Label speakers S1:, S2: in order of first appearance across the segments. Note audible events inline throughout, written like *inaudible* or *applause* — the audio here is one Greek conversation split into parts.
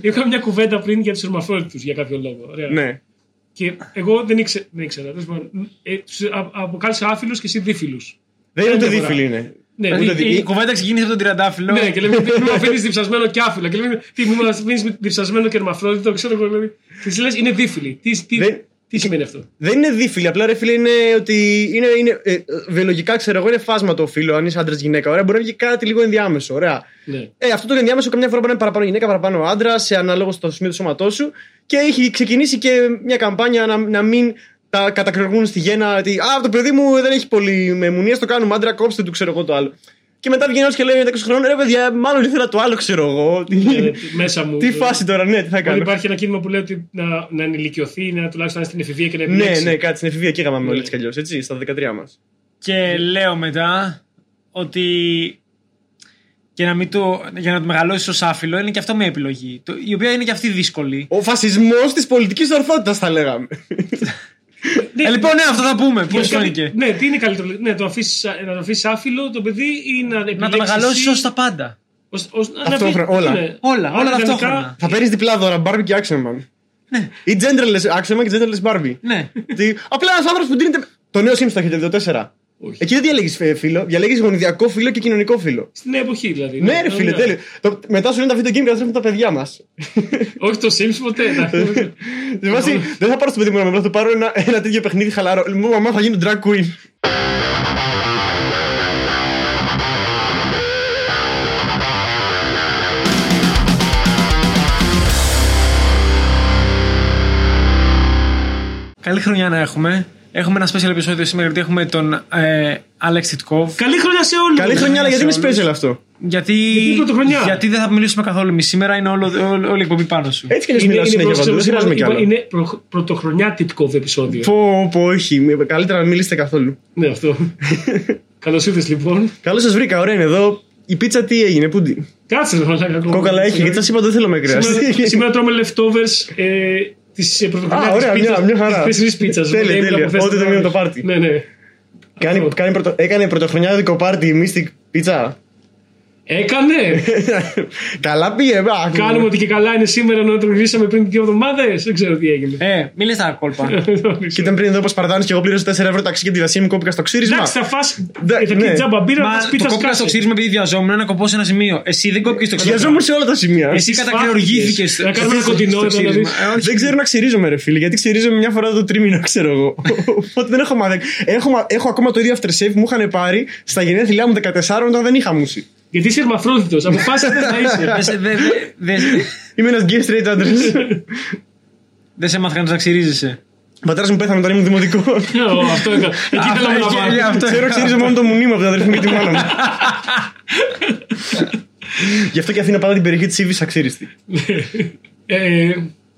S1: Είχα μια κουβέντα πριν για τους ερμαφρότητου για κάποιο λόγο. Ωραία.
S2: ναι.
S1: Και εγώ δεν, ήξε, δεν ήξερα. τέλος πάντων. Ε, τους α- αποκάλεσα άφιλους και εσύ δίφιλους.
S2: Δεν είναι ούτε
S1: διαφορά.
S2: δίφυλοι είναι.
S1: Ναι,
S2: Δεν
S1: η-
S2: είναι
S1: η-
S2: δι-
S3: Η κουβέντα ξεκίνησε από τον Τριαντάφυλλο.
S1: Ναι, και λέμε τι μου αφήνεις διψασμένο και άφυλα. Και λέμε τι μου αφήνεις διψασμένο και ερμαφρότητο. Ξέρω εγώ. Δηλαδή. Και τη λες είναι δίφιλη. Τι, τι,
S2: Δεν-
S1: τι σημαίνει αυτό.
S2: Δεν είναι δίφυλοι, απλά ρε φίλε είναι ότι είναι, είναι ε, ε, βιολογικά ξέρω εγώ είναι φάσμα το φίλο, αν είσαι άντρας γυναίκα. Ωραία, μπορεί να βγει κάτι λίγο ενδιάμεσο. Ωραία.
S1: Ναι.
S2: Ε, αυτό το ενδιάμεσο καμιά φορά μπορεί να είναι παραπάνω γυναίκα, παραπάνω άντρα, σε αναλόγω στο σημείο του σώματός σου. Και έχει ξεκινήσει και μια καμπάνια να, να μην τα κατακρεγούν στη γέννα. Ότι Α, το παιδί μου δεν έχει πολύ μεμουνία, το κάνουμε άντρα, κόψτε του, ξέρω εγώ το άλλο. Και μετά βγαίνει ένας και λέει 20 χρόνων, ρε παιδιά, μάλλον ήθελα το άλλο, ξέρω εγώ. Τι,
S1: Ε, τι- Μέσα μου.
S2: τι
S1: ε,
S2: φάση τώρα, ναι, τι θα
S1: όταν
S2: κάνω.
S1: Υπάρχει ένα κίνημα που λέει ότι να, να ενηλικιωθεί, να τουλάχιστον να είναι στην εφηβεία και να
S2: Ναι,
S1: επιλέξει.
S2: ναι, κάτι στην εφηβεία και είχαμε όλοι
S1: Ναι.
S2: έτσι κι αλλιώς, έτσι, στα 13 μας.
S3: Και λέω μετά ότι και να μην το, για να το μεγαλώσεις ως άφιλο είναι και αυτό μια επιλογή. Το, η οποία είναι και αυτή δύσκολη.
S2: Ο φασισμός της πολιτικής ορθότητας, θα λέγαμε.
S1: Ναι,
S3: Ε, λοιπόν, ναι, αυτό θα πούμε. Πώς
S1: γιατί-
S3: φάνηκε.
S1: Ναι, τι είναι καλύτερο. Ναι, το αφήσεις, να το αφήσεις άφιλο το παιδί ή να
S3: Να το μεγαλώσει ως τα πάντα.
S2: Ταυτόχρονα, όλα.
S1: Ναι.
S3: Όλα, όλα ταυτόχρονα.
S2: θα παίρνεις διπλά δώρα, Barbie και Axelman.
S3: Ναι,
S2: Ή genderless Axelman και genderless Barbie.
S3: ναι.
S2: Τι- Απλά ένας άνθρωπος που δίνεται. Το νέο Sims το έχετε δει, το 4.
S1: Όχι.
S2: Εκεί δεν διαλέγεις φίλο, διαλέγεις γονιδιακό φίλο και κοινωνικό φίλο.
S1: Στην εποχή δηλαδή.
S2: Ναι, ρε φίλε,
S1: Ωραία.
S2: τέλειο. Το- Μετά σου λένε τα video game καταστρέφουν τα παιδιά μας.
S1: Όχι το Sims ποτέ.
S2: *laughs*
S1: εντάξει.
S2: δεν θα πάρω στο παιδί μου να με βρω, θα πάρω ένα, ένα τέτοιο παιχνίδι χαλαρό. Μου μαμά θα γίνω drag queen.
S3: Καλή χρονιά να έχουμε. Έχουμε ένα special επεισόδιο σήμερα γιατί έχουμε τον ε, Alex Titkov.
S1: Καλή χρονιά σε όλους.
S2: Καλή χρονιά, αλλά γιατί είναι special αυτό.
S3: Γιατί,
S1: είναι πρωτοχρονιά.
S3: γιατί δεν θα μιλήσουμε καθόλου εμείς σήμερα, είναι όλο, όλο- όλη η εκπομπή πάνω σου.
S2: Έτσι κι αλλιώ μιλάω συνέχεια παντού, δεν χρειάζομαι κι
S1: είναι,
S2: άλλο.
S1: είναι προ- πρωτοχρονιά τυπικό επεισόδιο.
S2: Πω, πω, όχι. μη- Καλύτερα να μην μιλήσετε καθόλου.
S1: Ναι,
S2: *laughs*
S1: αυτό. Καλώς ήρθες λοιπόν.
S2: Καλώς σας βρήκα, ωραία είναι εδώ. Η πίτσα τι έγινε, πούντι.
S1: Κάτσε ρε μαλάκα ακόμα.
S2: Κόκαλα έχει, γιατί σας είπα δεν θέλω να με *laughs*
S1: Σήμερα,
S2: κρυάσει.
S1: σήμερα τρώμε leftovers ε, της πρωτοχρονιά.
S2: Α, ωραία, μια- μια χαρά.
S1: Της πίτσας.
S2: Τέλεια, τέλεια. Ό,τι το μείνει το πάρτι.
S1: Ναι, ναι.
S2: Κάνει- κάνει πρωτο- Έκανε πρωτοχρονιάδικο πάρτι η Mystic Pizza. *laughs*
S1: Έκανε!
S2: Καλά πήγε, α,
S1: Κάνουμε ότι και καλά είναι σήμερα ενώ το γυρίσαμε πριν δύο εβδομάδες. Δεν ξέρω τι έγινε.
S3: Ε, μην λες τα κόλπα.
S2: Και ήταν πριν εδώ πω παρδάνεις και εγώ πλήρωσα 4 ευρώ ταξί και τη δασία μου κόπηκα στο ξύρισμα.
S1: Εντάξει, θα φας
S2: Ναι.
S1: θα πιει τζάμπα μπύρα,
S3: Μα
S1: θα
S3: το
S1: πίτσα
S3: κόπηκα στο ξύρισμα επειδή βιαζόμουν ένα κοπό σε ένα σημείο. Εσύ δεν κόπηκες το ξύρισμα.
S2: Βιαζόμουν σε όλα τα σημεία.
S3: Εσύ κατακρεουργήθηκε.
S1: Να κάνουμε ένα κοντινό εδώ, δηλαδή.
S2: Δεν ξέρω να ξυρίζομαι, ρε φίλε, γιατί ξυρίζομαι μια φορά το τρίμηνο, ξέρω
S1: *laughs*
S2: εγώ. Οπότε δεν έχω μάθει. Έχω, μα- έχω ακόμα το ίδιο aftershave που μου είχαν πάρει στα γενέθλιά μου 14 όταν δεν είχα μουσεί.
S1: Γιατί είσαι ερμαφρόδιτο, αποφάσισε να
S3: *laughs*
S1: είσαι.
S2: Είμαι ένας gay straight άντρας.
S1: *laughs*
S3: Δεν σε μάθανε να ξυρίζεσαι.
S2: Πατέρας μου πέθανε όταν ήμουν δημοτικός.
S1: Ω, Αυτό έκανα. Εκεί
S3: Αυτό
S1: θέλαμε να
S3: εκεί,
S1: πάμε.
S3: για αυτό.
S2: Ξέρω, ξυρίζω μόνο το μουνί μου από την αδερφή μου και τη
S1: *laughs*
S2: μάνα μου. Γι' αυτό και η Αθήνα πάντα την περιοχή της Ήβης αξίριστη.
S1: Ε,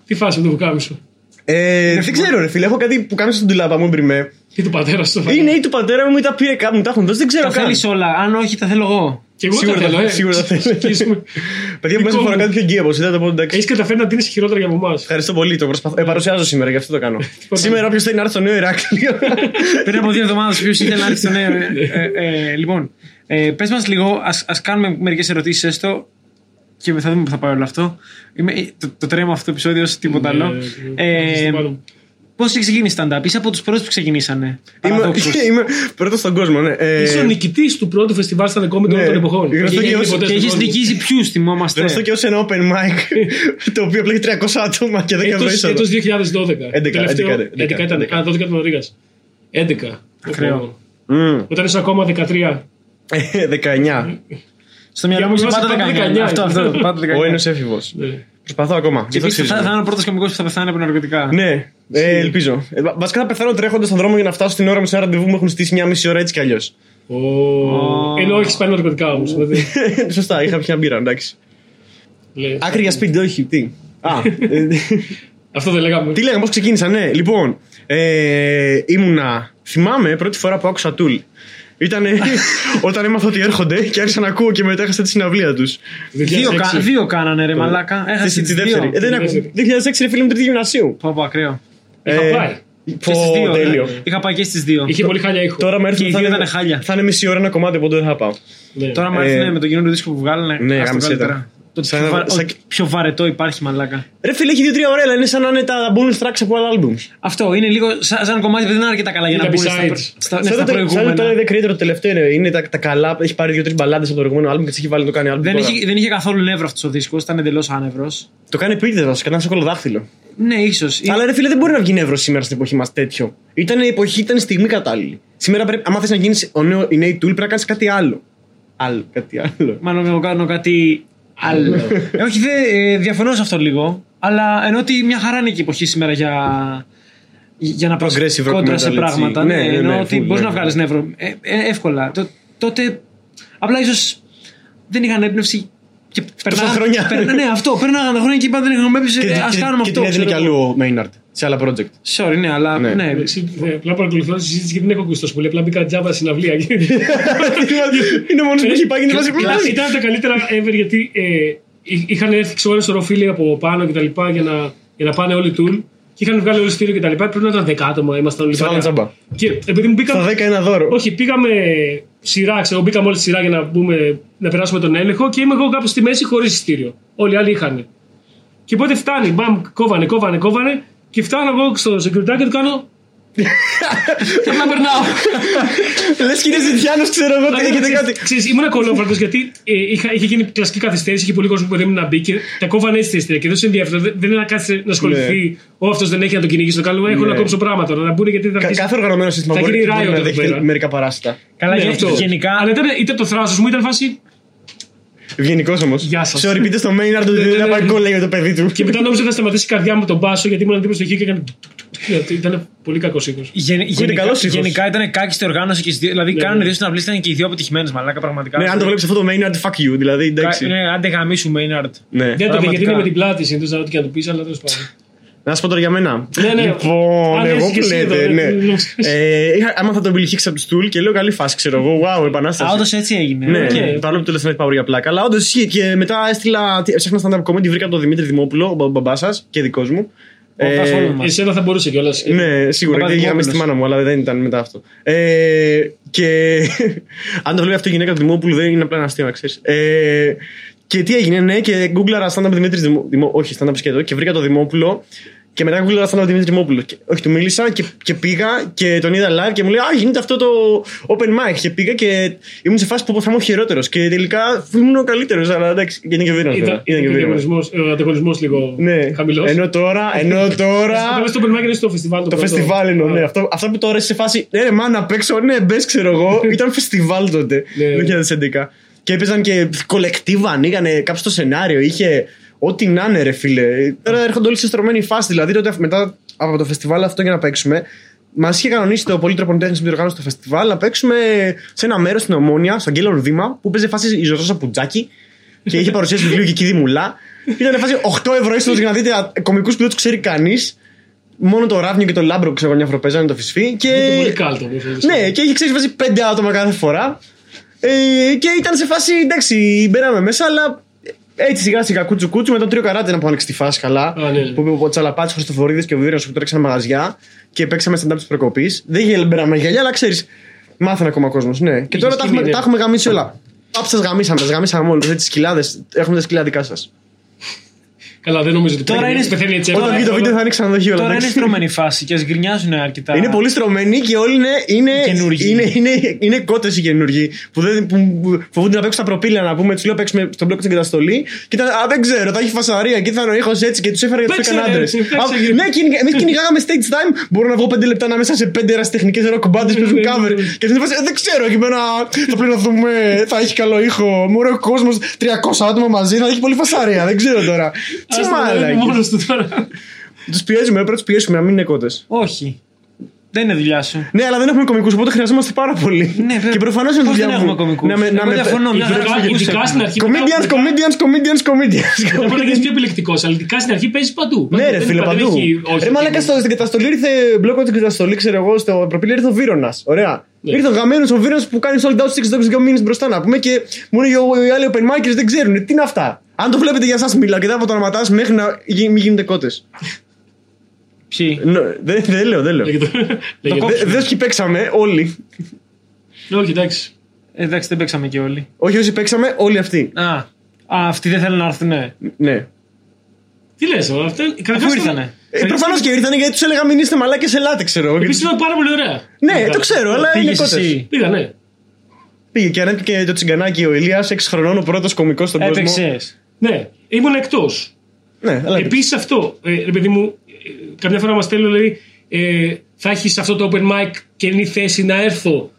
S1: Τι φάση με το βουκάμισο.
S2: Ε, δεν ξέρω, ρε φίλε, έχω κάτι που κάνω στον τουλάπα μου μπριμέ.
S1: Ή του πατέρα στο
S2: Είναι ή του πατέρα μου ή τα πήρε κάπου, μου τα έχουν δώσει, δεν ξέρω
S3: Τα
S2: καν.
S3: θέλει όλα. Αν όχι, τα θέλω εγώ.
S1: Και εγώ τα
S2: σίγουρα
S1: θέλω,
S2: τα-
S1: ε.
S2: σίγουρα τα θέλω.
S1: Σκίσουμε.
S2: Παιδιά, που μέσα
S1: Δικό
S2: φορά
S1: μου.
S2: κάτι πιο γκέι από εσείς, θα το πω εντάξει.
S1: Έχεις καταφέρει να τίνεις χειρότερα για από εμάς.
S2: Ευχαριστώ πολύ, το προσπαθώ. Ε, παρουσιάζω σήμερα, γι' αυτό το κάνω. σήμερα, όποιος θέλει να έρθει στο νέο Ηράκλειο.
S3: Πριν από δύο εβδομάδες, ποιο ήθελε να έρθει στο νέο. ε, ε, ε, Λοιπόν, πες μας λίγο, ας κάνουμε μερικές ερωτήσεις έστω και θα δούμε που θα πάει όλο αυτό. Είμαι- ε, το- Το τρέμα αυτό το επεισόδιο, όσο τίποτα
S1: Ναι,
S3: άλλο.
S1: Ε,
S2: Ε,
S3: Πώ έχει ξεκινήσει stand-up, είσαι από του πρώτου που ξεκινήσανε.
S2: *laughs* είμαι,
S3: παραδόξως.
S2: είμαι πρώτο στον κόσμο, ναι. Ε,
S1: Είσαι ο νικητής του πρώτου φεστιβάλ στα δεκόμενα
S2: ναι.
S1: όλων των εποχών.
S2: Γνωστό
S1: Δεν
S2: και
S1: έγινε
S2: ως-
S1: ποτέ
S3: Και
S1: στον
S3: έχει
S1: κόσμο.
S3: νικήσει ποιου, θυμόμαστε.
S2: Γνωστό και ω ένα open mic, το οποίο απλά έχει 300 άτομα και 10 ευρώ
S1: Έτος,
S2: είσοδο.
S1: έτος 2012.
S2: 11,
S1: Τελευταίο-
S2: 11,
S1: 11 ήταν.
S2: 11.
S1: Α, 12 ήταν ο Ρήγας. 11.
S3: Ακραίο.
S1: Ω,
S2: Μμμ.
S1: Όταν είσαι ακόμα 13.
S2: Ε, 19.
S3: Στο μυαλό μου
S1: Και
S3: είσαι
S1: είμαστε
S3: πάντα
S1: πάντα
S3: 19.
S1: 19.
S3: Αυτό, αυτό. Πάντα 19.
S2: Ο ένας έφηβος.
S1: Ναι.
S2: Προσπαθώ ακόμα.
S3: Και
S2: γι' αυτό
S3: επίσης θα,
S2: ξύριζω.
S3: θα είναι ο πρώτος κομικό που θα πεθάνει από ναρκωτικά.
S2: Ναι, ε, ελπίζω. Ε, βα- βασικά θα πεθάνω τρέχοντας στον δρόμο για να φτάσω στην ώρα μου σε ένα ραντεβού μου έχουν στήσει μια μισή ώρα έτσι κι αλλιώς.
S1: Ω, Ε, Ενώ έχεις πάει ναρκωτικά όμως. δηλαδή.
S2: *laughs* Σωστά, είχα πια μπύρα, εντάξει.
S1: Λέει.
S2: Άκρη για σπίτι, όχι, τι. Α, ε,
S1: Ναι. Αυτό δεν λέγαμε.
S2: τι λέγαμε, πώς ξεκίνησα, ναι. Λοιπόν, ε, ήμουνα. Θυμάμαι πρώτη φορά που άκουσα τούλ. Ήταν
S3: *laughs*
S2: όταν έμαθα ότι έρχονται και άρχισα να ακούω και μετά έχασα τη συναυλία τους.
S3: Δύο,
S1: 2006.
S3: κα- δύο κάνανε ρε μαλάκα. Έχασε
S2: Στη
S3: τι
S2: δεύτερη.
S3: δύο.
S2: Ε, δεν
S1: Τη
S2: άκου-
S1: δεύτερη.
S2: 2006 ρε φίλε μου τρίτη γυμνασίου.
S3: Πω πω ακραίο.
S1: Είχα
S2: Ε,
S1: πάει.
S3: Και στις
S2: Πω,
S3: δύο. ναι.
S2: τέλειο.
S3: Είχα πάει και στις δύο.
S1: Είχε πολύ χάλια ήχο.
S2: Τώρα με έρθουν.
S3: Και οι
S2: θα
S3: δύο
S2: είναι-
S3: ήταν χάλια.
S2: Θα είναι μισή ώρα ένα κομμάτι, οπότε δεν θα πάω.
S1: Ναι.
S3: Τώρα μου
S2: Ε,
S3: έρθει με το καινούριο δίσκο που βγάλανε.
S2: ναι,
S3: ας το
S2: γάμισε τα.
S3: καλύτερα. Το
S2: Σαν-
S3: πιο, βα-
S2: σαν-
S3: ότι πιο βαρετό υπάρχει μαλάκα.
S2: Ρε φίλε, έχει δύο-τρία ωραία, αλλά είναι σαν να είναι τα bonus tracks από άλλα albums.
S3: Αυτό είναι λίγο σαν, σαν κομμάτι που δεν είναι αρκετά καλά για
S1: Είναι
S3: να μπουν στα,
S1: besides.
S3: προ- στα,
S2: Σαν
S3: ναι, στα
S2: το- Σαν το
S3: προηγούμενα.
S2: Tyler, The Creator το τελευταίο είναι, είναι τα, τα καλά, έχει πάρει δύο-τρει μπαλάντε από το προηγούμενο album και τις έχει βάλει να το κάνει album.
S3: Δεν
S2: τώρα.
S3: είχε, δεν είχε καθόλου νεύρο αυτός ο δίσκος, ήταν εντελώς άνευρος.
S2: Το κάνει επίτηδε βασικά, ήταν σοκολο δάχτυλο.
S3: Ναι, ίσως.
S2: Αλλά ρε φίλε, δεν μπορεί να βγει νεύρο σήμερα στην εποχή μας τέτοιο. Ήταν η εποχή, ήταν η στιγμή κατάλληλη. Σήμερα πρέπει, άμα θες να γίνεις ο νέο, η νέη tool, πρέπει να κάνεις κάτι άλλο. Άλλο, κάτι άλλο.
S3: Μάλλον εγώ κάνω κάτι άλλο. ε, όχι, δε, ε, διαφωνώ σε αυτό λίγο. Αλλά ενώ ότι μια χαρά είναι και η εποχή σήμερα για, για να πας
S2: Progressive rock
S3: κόντρα σε
S2: metal,
S3: πράγματα.
S2: έτσι.
S3: Ναι,
S2: Ναι, ναι,
S3: ενώ
S2: ναι,
S3: ότι
S2: full,
S3: μπορείς
S2: ναι,
S3: να
S2: ναι.
S3: βγάλεις νεύρο ε, ε, εύκολα. Το- τότε απλά ίσως δεν είχαν έμπνευση και περνάγαν
S2: χρόνια.
S3: περνα- ναι, αυτό. Περνάγαν τα χρόνια και είπαν δεν είχαν έμπνευση.
S1: Ε,
S3: Ας κάνουμε
S2: και
S3: αυτό.
S2: την έδινε
S3: ξέρω
S2: κι
S3: εγώ.
S2: αλλού ο Maynard, σε άλλα
S1: *laughs*
S2: project.
S3: Sorry, ναι, αλλά.
S2: Ναι.
S3: Ναι.
S1: Ε, Απλά παρακολουθώ τη συζήτηση και δεν έχω ακούσει τόσο πολύ. Απλά μπήκα τζάμπα στην
S2: *laughs*
S1: αυλία.
S2: είναι ο μόνος που έχει πάει και είναι βάση
S1: Ήταν- Ήταν τα καλύτερα ever γιατί ε, εί- είχαν έρθει ξέρω, ένα σωρό φίλοι από πάνω και τα λοιπά για να, για να πάνε όλοι τουλ. Και είχαν βγάλει όλοι στήριο και τα λοιπά. Πρέπει να ήταν δεκάτομα, ήμασταν όλοι
S2: Σε βάλαν
S1: παρέα.
S2: τζάμπα.
S1: Και επειδή μου
S2: Στα
S1: μπήκαμε.
S2: 10 ένα δώρο.
S1: Όχι, πήγαμε σειρά, ξέρω, μπήκαμε όλοι στη σειρά για να, μπούμε, να περάσουμε τον έλεγχο και είμαι εγώ κάπου στη μέση χωρίς εισιτήριο. Όλοι οι άλλοι είχαν. Και πότε φτάνει, μπαμ, κόβανε, κόβανε, κόβανε και φτάνω εγώ στο security και του κάνω. Θέλω να περνάω.
S2: Λε και είναι ζητιάνος, ξέρω εγώ, τι έχετε
S1: Ξέρεις,
S2: κάτι.
S1: Ξέρεις, ήμουν κολόφαρκο γιατί ε, είχα, είχε γίνει κλασική καθυστέρηση, είχε πολύ κόσμο που δεν να μπει και τα κόβανε έτσι τα εισιτήρια. Και δεν σε ενδιαφέρον, δεν, δεν είναι να κάτσει να ασχοληθεί. Ο αυτός δεν έχει να τον κυνηγήσει το καλό. Έχω
S2: Ναι.
S1: να κόψω πράγματα τώρα, να μπουν γιατί θα
S2: Κα-
S1: αρχίσει.
S2: Κάθε οργανωμένο σύστημα
S1: Θα
S2: μπορεί,
S1: γίνει
S2: μπορεί
S1: riot
S2: να
S1: εδώ
S2: δέχεται
S1: πέρα.
S2: μερικά παράσιτα.
S3: Καλά,
S1: Ναι,
S3: γε-
S1: αυτό.
S3: γενικά.
S1: Αλλά ήταν, ήταν το θράσος μου, ήταν φάση.
S2: Ευγενικός όμως.
S1: Γεια σας. Ναι,
S2: Σε πείτε στο Maynard ότι δεν θα πάει γκολ, λέει για το παιδί του.
S1: Και μετά νόμιζα ότι θα σταματήσει η καρδιά μου τον πάσο γιατί ήμουν αντίπαλος στο χείο και έκανε. τουκ, τουκ, τουκ, γιατί Ήταν πολύ κακός ήχος.
S3: Γεν, γενικά,
S2: καλός ήχος.
S3: γενικά ήταν κάκιστη οργάνωση και στις δύο- δηλαδή
S1: Ναι,
S3: κάνανε
S1: ναι.
S3: δύο συναυλίες ήταν και οι δύο αποτυχημένες μαλάκα πραγματικά.
S2: Ναι, αν το βλέπεις αυτό το Maynard, fuck you. Δηλαδή,
S3: Κα-
S2: εντάξει.
S3: Ναι, άντε γαμίσου Μέιναρντ.
S2: Ναι.
S1: Δεν το πει γιατί
S3: πραγματικά.
S1: είναι με την πλάτη συνήθως, ό,τι και να του πεις, αλλά τέλος πάντων.
S2: Να σου πω τώρα για μένα.
S1: Ναι, ναι.
S2: Λοιπόν,
S1: Αν
S2: εγώ
S1: είσαι
S2: που
S1: και εσύ
S2: λέτε.
S1: εδώ,
S2: ναι.
S1: ναι.
S2: Ε, είχα- Άμα θα τον Bill Hicks από του Tool και λέω καλή φάση, ξέρω εγώ. Wow,
S3: Α,
S2: επανάσταση.
S3: όντως έτσι έγινε.
S2: Ναι,
S3: Οκ.
S2: ναι, παρόλο που το λε Power για πλάκα. Αλλά όντως ισχύει και μετά έστειλα. τι- Ψάχνα stand-up comedy, βρήκα τον Δημήτρη Δημόπουλο, ο μπα- μπαμπάς σας και δικός μου. Ε,
S3: καθόλου μας.
S1: Εσένα θα μπορούσε κιόλας.
S2: Ναι, σίγουρα.
S3: Παπαδημόπουλος.
S2: Γιατί είχαμε στη μάνα μου, αλλά δεν ήταν μετά αυτό. Ε, και *laughs* αν το βλέπει αυτό η γυναίκα του Δημόπουλου, δεν είναι απλά ένα αστείο, να ξέρεις. Ε, και τι έγινε, ναι, και γκούγκλαρα stand-up Δημήτρης Δημο... Δημο... Όχι, stand-up σκέτο, και βρήκα το Δημόπουλο. Και μετά γκούγκλαρα stand-up Δημήτρη Δημόπουλο. Και, όχι, του μίλησα και, και πήγα και τον είδα live και μου λέει Α, γίνεται αυτό το open mic. Και πήγα και ήμουν σε φάση που θα ήμουν χειρότερος. Και τελικά ήμουν ο καλύτερος, αλλά εντάξει, είναι και βίρμα.
S1: Ήταν,
S2: Είναι και
S1: ήταν
S2: βίρμα.
S1: και ο ανταγωνισμός λίγο
S2: Ναι,
S1: χαμηλός.
S2: ενώ τώρα, ενώ
S1: *laughs*
S2: τώρα.
S1: Το Open Mic είναι στο φεστιβάλ.
S2: Το
S1: πρώτο.
S2: φεστιβάλ εννοώ, ναι.
S1: Α,
S2: Αυτό, αυτά που τώρα είσαι σε φάση. Ναι, ρε, μα να παίξω. Ναι, μπες, ξέρω
S1: *laughs*
S2: εγώ. Ήταν φεστιβάλ τότε.
S1: Ναι.
S2: Το 2011. Και έπαιζαν και κολεκτίβα, ανοίγανε κάποιο το σενάριο. Είχε ό,τι να είναι, ρε φίλε. Τώρα έρχονται όλοι σε στρωμένη φάση. Δηλαδή τότε μετά από το φεστιβάλ αυτό για να παίξουμε. Μας είχε κανονίσει το πολύ τροποντέχνη που διοργάνωσε το φεστιβάλ να παίξουμε σε ένα μέρος στην Ομόνια, στον Κέλλον Δήμα, που παίζει φάση η Ζωζόσα Πουτζάκη και είχε παρουσίαση βιβλίου και εκεί Δημουλά. Ήταν φάση 8 ευρώ είσοδο για να δείτε κομικούς που δεν τους ξέρει κανείς. Μόνο το Ράβνιο και το Λάμπρο ξέρω εγώ μια φορά παίζανε το φυσφή. Και...
S1: ήταν Πολύ κάλτο. όπως είδες.
S2: Ναι, και είχε ξέρει βάζει πέντε άτομα κάθε φορά. Ε, και ήταν σε φάση εντάξει, μπαίναμε μέσα, αλλά έτσι σιγά σιγά κούτσου κούτσου με τον τρίο καράτε να που άνοιξε τη φάση καλά.
S1: Α, ναι, ναι.
S2: Που είπε ο Τσαλαπάτης, Χρυστοφορίδης και ο Βίρο που τρέξαν μαγαζιά και παίξαμε stand-up της προκοπής. Δεν γελ- μπαίναμε γυαλιά, αλλά ξέρεις, μάθανε ακόμα κόσμος. Ναι. Και τώρα τα
S1: σκηνή,
S2: έχουμε,
S1: ναι.
S2: τα έχουμε γαμίσει όλα. Απ' σας γαμίσαμε, σας γαμίσαμε όλους. Τι σκυλάδε, έχουμε τα σκυλά δικά σας.
S1: Καλά, δεν νομίζω ότι
S3: Τώρα
S1: πεθαίνει-
S3: είναι-
S1: πεθαίνει έτσι.
S2: Όταν
S1: εύκολα.
S2: βγει το βίντεο θα είναι ξενοδοχείο.
S3: Τώρα
S2: εντάξει.
S3: είναι στρωμένη φάση και ας γκρινιάζουν αρκετά.
S2: Είναι πολύ στρωμένοι και όλοι είναι, είναι,
S3: Καινούργοι.
S2: είναι, είναι, είναι κότε οι καινούργοι. Που, δεν, που που φοβούνται να παίξουν τα προπύλα να πούμε. Τους λέω παίξουμε στον μπλοκ την καταστολή. Και ήταν, Α, δεν ξέρω, θα έχει φασαρία και θα είναι ο ήχος έτσι και τους έφερα για τους
S1: Παίξε,
S2: έκανε
S1: ρε,
S2: άντρε.
S1: έτσι, παίξε, γύρω.
S2: Ναι, κυνηγα- εμείς κυνηγάγαμε stage time. Μπορώ να βγω 5 λεπτά να μέσα σε 5 ερασιτεχνικέ rock bands που παίζουν
S1: Ναι, ναι,
S2: cover.
S1: ναι.
S2: Και αυτή φάση, «Ε, δεν ξέρω, εκεί πέρα θα πρέπει να δούμε. Θα έχει καλό ήχο. Μωρέ ο κόσμος 300 άτομα μαζί θα έχει πολύ φασαρία. Δεν ξέρω τώρα. Τι
S1: Ας το βλέπει
S2: μάλα. Ναι,
S1: μόνος του τώρα.
S2: Τους πιέζουμε, πρέπει να τους πιέσουμε να μην είναι κότε.
S3: Όχι. Δεν είναι δουλειά σου.
S2: Ναι, αλλά δεν έχουμε κομικούς, οπότε χρειαζόμαστε πάρα πολύ.
S3: Ναι, βέβαια.
S2: και προφανώς είναι
S3: Πώς
S2: δουλειά
S3: δεν
S2: μου.
S3: έχουμε κωμικούς?
S2: Να με, να
S3: Εγώ
S2: με...
S3: διαφωνώ,
S2: ναι,
S3: μια χαρά
S1: Ειδικά-
S3: σου βγήκε
S1: Ειδικά
S3: έξω.
S1: στην αρχή.
S2: Comedians, comedians, comedians, comedians.
S1: Θα πρέπει να γίνει πιο επιλεκτικός, αλλά ειδικά στην αρχή παίζεις παντού.
S2: Ναι,
S1: Παντού,
S2: ρε
S1: δεν
S2: φίλε,
S1: υπάρχει-
S2: παντού.
S1: έχει- όχι,
S2: Ρε μαλάκα
S1: δεν-
S2: στο- στην καταστολή ήρθε μπλοκ από την καταστολή, ξέρω εγώ, στο προπήλιο ήρθε ο Βίρονας. Ωραία.
S1: Ναι.
S2: Ήρθε ο γαμμένος ο Βίρονας που κάνει sold out 6 dogs δύο μήνες μπροστά να πούμε και μου λέει «Ο- οι άλλοι open micers δεν ξέρουν. Τι είναι αυτά. Αν το βλέπετε για εσά μιλάω και δεν από το αναματά μέχρι να γι- μην γίνετε κότες.
S3: Ποιοι.
S2: Δεν δεν λέω, δεν λέω.
S1: λέγεται- λέγεται. Ναι,
S2: Δε- Δεν σου παίξαμε όλοι.
S1: Όχι, εντάξει.
S3: Ε, Εντάξει, δεν παίξαμε και όλοι.
S2: Όχι όσοι παίξαμε, όλοι αυτοί.
S3: Α. Α, αυτοί δεν θέλουν να έρθουν, ναι.
S2: Ναι.
S1: Τι λες, όλα αυτά.
S3: Αφού ήρθανε.
S2: Ε, Προφανώς και ήρθαν γιατί τους έλεγα μην είστε μαλάκες ελάτε, ξέρω.
S1: Επίσης ήταν πάρα πολύ ωραία.
S2: Ναι, το ξέρω, αλλά είναι
S3: Πήγες
S2: κότες.
S3: εσύ.
S1: Πήγα, ναι.
S2: Πήγε και ανέβηκε το τσιγκανάκι ο Ηλίας, 6 χρονών, ο πρώτος κωμικός στον κόσμο.
S3: Έπαιξε.
S1: Ναι, ήμουν εκτός.
S2: Ναι, αλλά έπαιξε.
S1: Επίσης αυτό, ε, ρε παιδί μου, ε, καμιά φορά μας στέλνει, λέει, ε, θα έχεις αυτό το open mic καινή θέση να έρθω.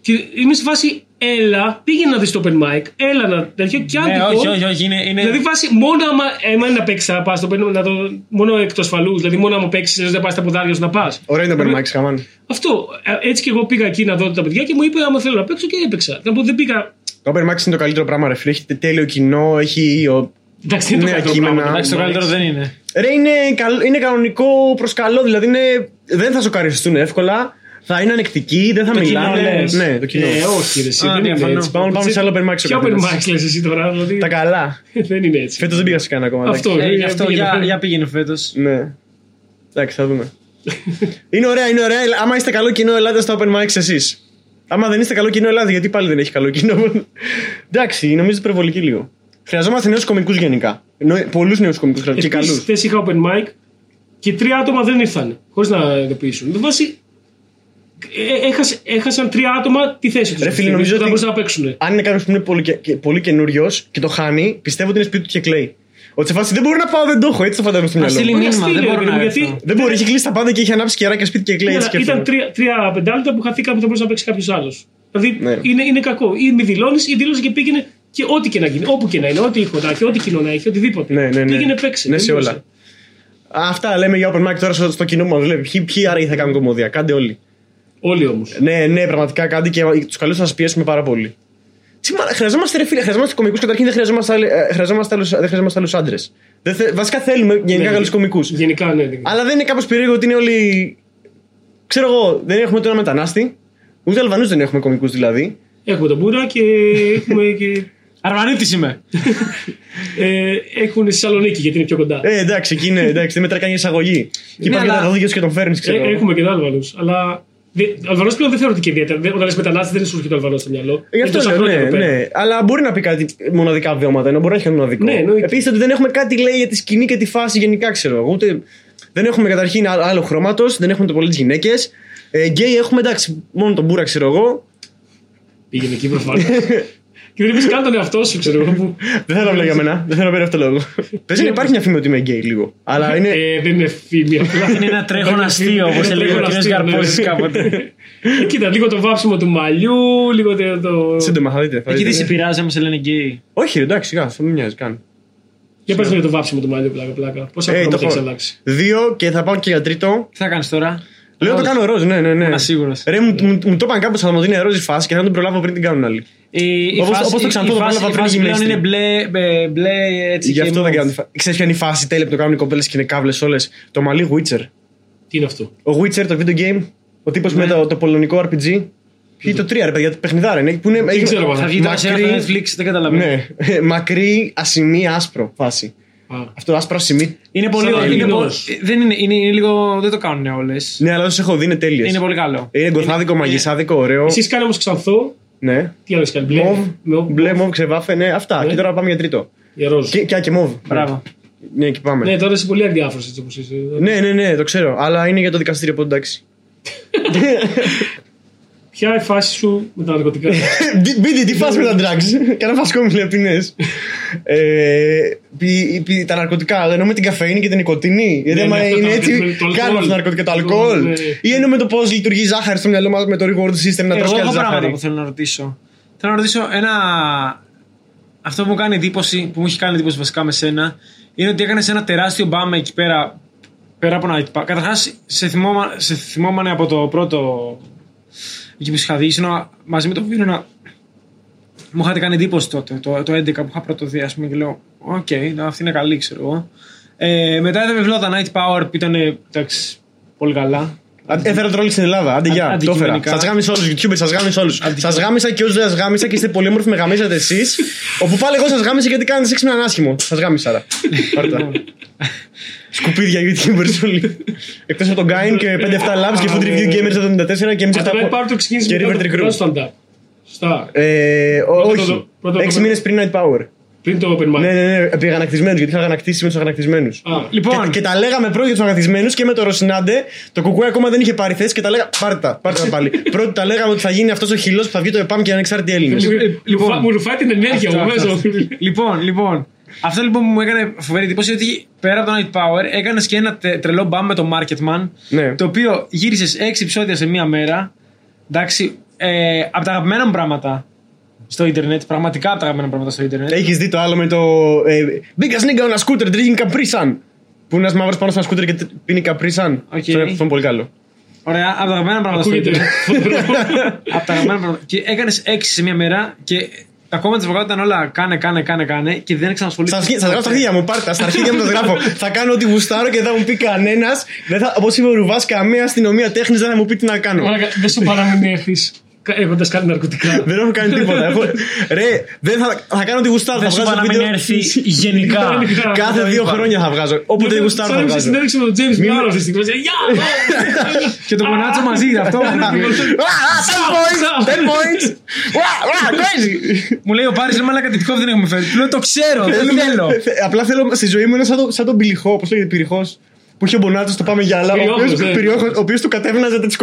S1: Και είμαι σε φάση, έλα, πήγαινε να δεις το open mic, έλα να τέτοια και αν
S3: Ναι,
S1: τυχόν-
S3: όχι, όχι, όχι. Είναι, είναι...
S1: Δηλαδή, βάση, μόνο άμα ε, εμένα να παίξεις να πας, το παίρνω να το. Μόνο εκ του ασφαλού. Δηλαδή, μόνο άμα παίξεις, δεν πας τα ποδάρια σου να πας.
S2: Ωραίο είναι το Open Mic, χαμάν.
S1: Αυτό. ε, Έτσι και εγώ πήγα εκεί να δω τα παιδιά και μου είπε: Άμα θέλω να παίξω και έπαιξα. Να πω, δεν πήγα.
S2: Το Open Mic είναι το καλύτερο πράγμα, ρε φίλε. Έχει τέλειο κοινό, έχει. ο-
S1: Εντάξει, είναι
S2: Ναι,
S1: το καλύτερο
S2: κείμενα.
S1: πράγμα.
S3: Εντάξει, το
S1: Μάλιστα.
S3: καλύτερο δεν είναι.
S2: Ρε, είναι, καλ- είναι κανονικό προς καλό, δηλαδή είναι... δεν θα σοκαριστούν εύκολα. Θα είναι ανεκτικοί, δεν θα
S3: Το
S2: μιλάνε.
S3: κοινό, λες.
S2: Ναι, το κοινό.
S1: Ε, όχι, ρε, εσύ,
S3: Α,
S1: δεν
S3: ναι,
S1: είναι
S3: αφανώ.
S1: έτσι.
S2: Πάμε, πάμε σε άλλο open mic ο
S1: Ποια open
S2: καθένας.
S1: mics λες εσύ τώρα, δηλαδή.
S2: Τα καλά.
S1: Δεν είναι έτσι.
S2: Φέτος δεν πήγα σε κανένα κομμάτι.
S1: Αυτό.
S3: Ε,
S1: ε,
S3: γι' αυτό,
S1: πήγαινε.
S3: για, για πήγαινε φέτος.
S2: Ναι. Εντάξει, θα δούμε. είναι ωραία, είναι ωραία. Άμα είστε καλό κοινό, ελάτε στα open mics εσείς. Άμα δεν είστε καλό κοινό, ελάτε γιατί πάλι δεν έχει καλό κοινό. Εντάξει, νομίζω υπερβολική λίγο. Χρειαζόμαστε νέους κομικούς γενικά. Πολλούς νέους κομικούς και
S1: Επίσης,
S2: καλούς.
S1: χθες είχα open mic και τρία άτομα δεν ήρθαν. Χωρίς να ειδοποιήσουν. Με βάση. ε, έχασε- έχασαν τρία άτομα τη θέση τους.
S2: Ρε φίλε, νομίζω
S1: θα
S2: ότι-
S1: μπορούσαν να παίξουν.
S2: Αν είναι κάποιος που είναι πολύ, και- και, πολύ καινούριος και το χάνει, πιστεύω ότι είναι σπίτι του και κλαίει. Ότι σε φάση δεν μπορώ να πάω, δεν το έχω. Έτσι το φαντάζομαι στο μυαλό
S3: στείλει
S2: μου.
S3: μήνυμα, δεν μπορώ να έρθω.
S2: Δεν
S1: Ε,
S2: μπορεί, έχει κλείσει τα πάντα και έχει ανάψει κεράκια σπίτι και κλαίει.
S1: Ναι, Ήταν,
S2: Έτσι και
S1: ήταν τρία, τρία πεντάλεπτα που χαθήκαμε που θα μπορούσε να παίξει κάποιος άλλος. Δηλαδή
S2: Ναι.
S1: είναι, είναι κακό. Ή μη δηλώνεις ή δήλωσε και πήγαινε και ό,τι και να γίνει. Όπου και να είναι, ό,τι ήχο να έχει, ό,τι κοινό να έχει, οτιδήποτε.
S2: Ναι, ναι, ναι.
S1: Πήγαινε παίξει.
S2: Ναι, σε όλα. Αυτά λέμε για open mic τώρα στο, στο κοινό μας. Βλέπεις ποιοι, ποιοι άραγε θα κάνουν κομμωδία. Κάντε όλοι.
S1: Όλοι όμως.
S2: Ναι, ναι, πραγματικά κάντε και τους καλούς θα σας πιέσουμε πάρα πολύ. Τι μα, χρειαζόμαστε ρε φίλε, χρειαζόμαστε κομικούς καταρχήν, δεν χρειαζόμαστε, άλλοι- ε, χρειαζόμαστε άλλους- δεν χρειαζόμαστε άλλους άντρες. Βασικά θέλουμε γενικά
S1: Ναι,
S2: καλούς κομικούς.
S1: Γενικά, ναι.
S2: Αλλά δεν είναι κάπως περίεργο ότι είναι όλοι. Ξέρω εγώ, δεν έχουμε τώρα μετανάστη. Ούτε Αλβανούς δεν έχουμε κομικούς δηλαδή.
S1: Έχουμε τον Μπούρα και έχουμε και.
S3: Αρβανίτης είμαι.
S1: Ε, έχουν στη Θεσσαλονίκη γιατί είναι πιο κοντά.
S2: Ε, εντάξει, εκεί είναι, εντάξει, δεν μετράει κανείς εισαγωγή. Και
S3: Ναι,
S2: πάει
S3: αλλά-
S2: τα δόντια σου και τον φέρνεις, ξέρω.
S1: Ε,
S2: εγώ.
S1: έχουμε και τον Αλβανούς. Αλλά Αλβανός πλέον δεν θεωρείται και ιδιαίτερα. Δεν- Όταν λες μετανάστε δεν σου έρχεται ο Αλβανός στο μυαλό.
S2: Γι'
S1: Είναι
S2: αυτό
S1: τόσα
S2: λέω,
S1: χρόνια
S2: ναι,
S1: εδώ πέρα.
S2: ναι. Αλλά μπορεί να πει κάτι μοναδικά βιώματα, ενώ μπορεί να έχει ένα μοναδικό.
S1: Ναι, εννοείται.
S2: Επίσης ότι δεν έχουμε κάτι λέει για τη σκηνή και τη φάση γενικά, ξέρω εγώ. Ούτε... Δεν έχουμε καταρχήν άλλο- άλλο χρώματος, δεν έχουμε το πολύ τι γυναίκες. Ε, γκέι έχουμε εντάξει, μόνο τον Μπούρα, ξέρω εγώ.
S1: Πήγαινε εκεί
S2: *laughs*
S1: προφανώς. και δεν πει καν τον εαυτό σου, ξέρω εγώ. που-
S2: Δεν θέλω να μιλάω για μένα, δεν θέλω να πει αυτό το λόγο. Πες να υπάρχει μια φήμη ότι είμαι γκέι λίγο. Αλλά είναι.
S1: Ε, δεν είναι φήμη απλά.
S3: *laughs* Είναι ένα τρέχον αστείο, όπως
S1: Είναι
S3: έλεγε ο
S1: τρέχον
S3: κ.
S1: αστείο, ναι.
S2: *laughs*
S3: Γαρπόζη κάποτε.
S1: Ε, Κοίτα, λίγο το βάψιμο του μαλλιού, λίγο το. το...
S2: Σύντομα θα δείτε. θα
S3: Εκεί
S2: δείτε.
S3: δεν σε πειράζει άμα σε λένε γκέι.
S2: Όχι, ρε, εντάξει, γα, δεν με νοιάζει καν.
S1: Για πες λίγο το βάψιμο του μαλλιού, πλάκα. πλάκα. Πόσα
S2: Ε, το
S1: χρώματα έχει
S2: έχω.
S1: αλλάξει.
S2: Δύο και θα πάω και για τρίτο.
S3: Τι θα κάνεις τώρα.
S2: Λέω το κάνω ροζ, ναι, ναι, ναι.
S3: Είμαι σίγουρος.
S2: Ρε, μου, μου, μου το είπαν κάπως θα μου δίνει ροζ η φάση και θα τον προλάβω πριν την κάνουν άλλοι.
S3: Η, η
S2: Όπως-
S3: φάση-
S2: όπως το ξανθό
S3: η
S2: το
S3: φάση-
S2: πάλαβα
S3: η
S2: πριν
S3: φάση πλέον είναι
S2: γυμναστή.
S3: μπλε, μπε- μπλε έτσι.
S2: Γι'
S3: και
S2: αυτό δεν
S3: mauve.
S2: κάνουν τη φάση. Ξέρεις ποια είναι η φάση τέλεια που το κάνουν οι κοπέλε και είναι κάβλες όλες. Το μαλλί Witcher.
S1: Τι είναι αυτό.
S2: Ο Witcher, το video game. Ο τύπος με το, το πολωνικό RPG. Ή το 3, ρε παιδιά, το παιχνιδάρα είναι. Που είναι έγινε-
S1: ξέρω εγώ.
S3: Θα βγει τώρα σε ένα
S2: Μακρύ-
S3: Netflix, δεν καταλαβαίνω.
S2: Ναι, *laughs* μακρύ, ασημή, άσπρο φάση.
S1: Α.
S2: Αυτό ασπρο ασημή.
S3: Είναι πολύ.
S1: Σαν
S3: Είναι, πο-
S1: Ελληνός.
S3: ε, δεν είναι, είναι, είναι λίγο. Δεν το κάνουν όλες.
S2: Ναι, αλλά όσο έχω δει είναι τέλειες.
S3: Είναι πολύ καλό.
S2: Είναι γκοθάδικο, μαγισάδικο, ωραίο.
S1: Εσείς κάνει όμως ξανθό.
S2: Ναι.
S1: Τι άλλο έχεις κάνει. Μπλε,
S2: Μοβ,
S1: με ο-
S2: μπλε, μοβ, ξεβάφε, ναι, αυτά.
S1: Ναι.
S2: Και τώρα πάμε για τρίτο.
S1: για ροζ.
S2: Και, και, α, και μοβ.
S3: Μπράβο.
S2: Ναι, εκεί πάμε.
S1: Ναι, τώρα είσαι πολύ αδιάφορος έτσι όπως είσαι.
S2: Ναι, ναι, ναι, το ξέρω. Αλλά είναι για το δικαστήριο, οπότε εντάξει.
S1: Ποια είναι η φάση σου με τα ναρκωτικά.
S2: Ε, Δι- Μπείτε, τι φας με τα drugs. Κάνα φασκό μιλάει ποινές. Ε, πι- πι- Τα ναρκωτικά, εννοούμε την καφέινη και την νοικοτινή. Γιατί
S1: Ναι, ναι,
S2: άμα
S1: αυτό
S2: είναι
S1: το-
S2: έτσι,
S1: το- το
S2: κάνουμε
S1: αλκοόλ.
S2: αυτά τα ναρκωτικά, το
S1: Το- ναι,
S2: αλκοόλ.
S1: ναι.
S2: Ή εννοούμε το πώς λειτουργεί η ζάχαρη στο μυαλό μας με το reward system να τρώσει
S3: Εγώ
S2: και άλλη
S3: έχω πράγματα
S2: ζάχαρη.
S3: που θέλω να ρωτήσω. Θέλω να ρωτήσω ένα. Αυτό που μου κάνει εντύπωση, που μου έχει κάνει εντύπωση βασικά με σένα, είναι ότι έκανες ένα τεράστιο μπάμα εκεί πέρα. Πέρα από ένα. Καταρχάς, σε, θυμόμα, σε θυμόμανε από το πρώτο. εκεί που σε είχα δει, ήσουν μαζί με τον Βίρονα. Μου είχατε κάνει εντύπωση τότε, το, το 11 που είχα πρωτοδεί, ας πούμε, και λέω: Οκ, να, αυτή είναι καλή, ξέρω εγώ. Ε, μετά είδαμε βιβλίο τα Night Power που ήταν ε, εντάξει, πολύ καλά.
S2: Αν- ε, Έφερα τρόλι στην Ελλάδα. Άντε, γεια. Το έφερα.
S3: αντικειμενικά.
S2: Σας γάμισα όλους, YouTubers, σας γάμισα όλους. Σας γάμισα και όσους δεν σας γάμισα και είστε πολύ όμορφοι, με γαμίσατε εσείς. Όπου πάλι εγώ σας γάμισα γιατί κάνετε σεξ με έναν άσχημο. Σας γάμισα, άρα. Πάρτε
S1: *laughs*
S2: τα. Σκουπίδια YouTubers όλοι. Εκτός από τον Gain και 5-7 Labs και Food Review Gamers 74 και εμείς
S1: Από το
S2: τα
S1: Night Power το ξεκίνησε
S2: Και
S1: μετά
S2: River
S1: το
S2: Tree
S1: πρώτο
S2: Group.
S1: stand-up. Σωστά.
S2: Ε, ο-
S1: Πρώτο το-
S2: Όχι.
S1: πρώτο το-
S2: 6 μήνες πριν Night Power.
S1: Πριν το open mic.
S2: Ναι, ναι, ναι. Πήγα ανακτισμένου γιατί είχα ανακτήσει με τους αγανακτισμένους.
S1: Α,
S3: Λοιπόν,
S2: Και, και τα λέγαμε πρώτα για τους αγανακτισμένους και με το Ροσινάντε. Το κουκουέ ακόμα δεν είχε πάρει θέση και τα λέγαμε. Πάρτε τα, πάρτε τα
S3: *laughs*
S2: πάλι. Πρώτα τα λέγαμε ότι θα γίνει αυτός ο χυλό που θα βγει το ΕΠΑΜ και οι ανεξάρτητοι Έλληνες.
S1: μου-
S3: ε,
S1: μου
S3: λοιπόν.
S1: φά- μου ρουφάει την ενέργεια
S3: Αυτό,
S1: μου μέσα.
S3: αυτό. λοιπόν, λοιπόν. Αυτό λοιπόν που μου έκανε φοβερή εντύπωση είναι ότι πέρα από το Night Power έκανες και ένα τε- τρελό μπαμ με το Marketman.
S2: Ναι.
S3: Το οποίο γύρισες 6 επεισόδια σε μία μέρα. Εντάξει, ε, από τα αγαπημένα μου πράγματα στο Ιντερνετ. Πραγματικά από τα αγαπημένα μου πράγματα στο Ιντερνετ.
S2: Έχεις δει το άλλο με το. ε, Μπήκα σνίγκα ένα σκούτερ, drinking καπρίσαν. Που ένας μαύρος πάνω σε ένα σκούτερ και τε- πίνει καπρίσαν.
S3: Οκ.
S2: Αυτό είναι- αυτό είναι πολύ καλό.
S3: Ωραία, από τα αγαπημένα πράγματα στο
S1: Ακούγεται.
S3: Ιντερνετ. *laughs* από τα αγαπημένα πράγματα. Και έκανες 6 σε μία μέρα και τα κόμματα τη βγάλα ήταν όλα κάνε, κάνε, κάνε, κάνε και δεν
S2: Στα
S3: ξανασχολήθηκαν.
S2: αρχή- Θα τα γράφω στα αρχίδια μου, πάρτε τα. Στα αρχίδια μου τα
S3: *laughs*
S2: γράφω. θα κάνω ό,τι γουστάρω και δεν θα μου πει κανένας. Όπως είπε ο Ρουβάς, καμία αστυνομία τέχνης δεν θα μου πει τι να κάνω.
S1: Μαλάκα, Δεν σου παραμείνει έχοντας κάνει ναρκωτικά.
S2: Δεν έχω κάνει
S3: *laughs*
S2: τίποτα. Έχω- Ρε, δεν θα, θα κάνω τη γουστάρ.
S3: Δεν σου παραμείνει έρθει γενικά.
S1: Γενικά.
S2: Κάθε
S1: το
S2: δύο
S1: είπα.
S2: χρόνια θα βγάζω. Όποτε
S1: Σαν
S2: γουστάρ θα
S1: να είσαι
S2: βγάζω.
S1: συνέντευξη με τον James
S2: Μην-
S1: Brown αυτή τη στιγμή.
S2: *laughs*
S1: Γεια!
S3: και το γονάτσο
S1: *laughs*
S3: μαζί, αυτό.
S1: ναι.
S2: Α, α, 10 points! 10 points! Wow, wow, crazy!
S3: Μου λέει ο Πάρης, λέμε, αλλά κατητικό δεν έχουμε φέρει. Του λέω, το ξέρω, δεν
S2: Θέλουμε-
S3: θέλω.
S2: θε- Απλά θέλω στη ζωή μου είναι σαν, το, σαν τον πυλιχό, όπως λέγεται πυριχός. Που είχε ο Μπονάτσος, το πάμε για άλλα. Ο
S1: Πυριόχος,
S2: οποίος-
S1: ναι.
S2: πυριόχος, Ο οποίος του κατέβαιναζε τις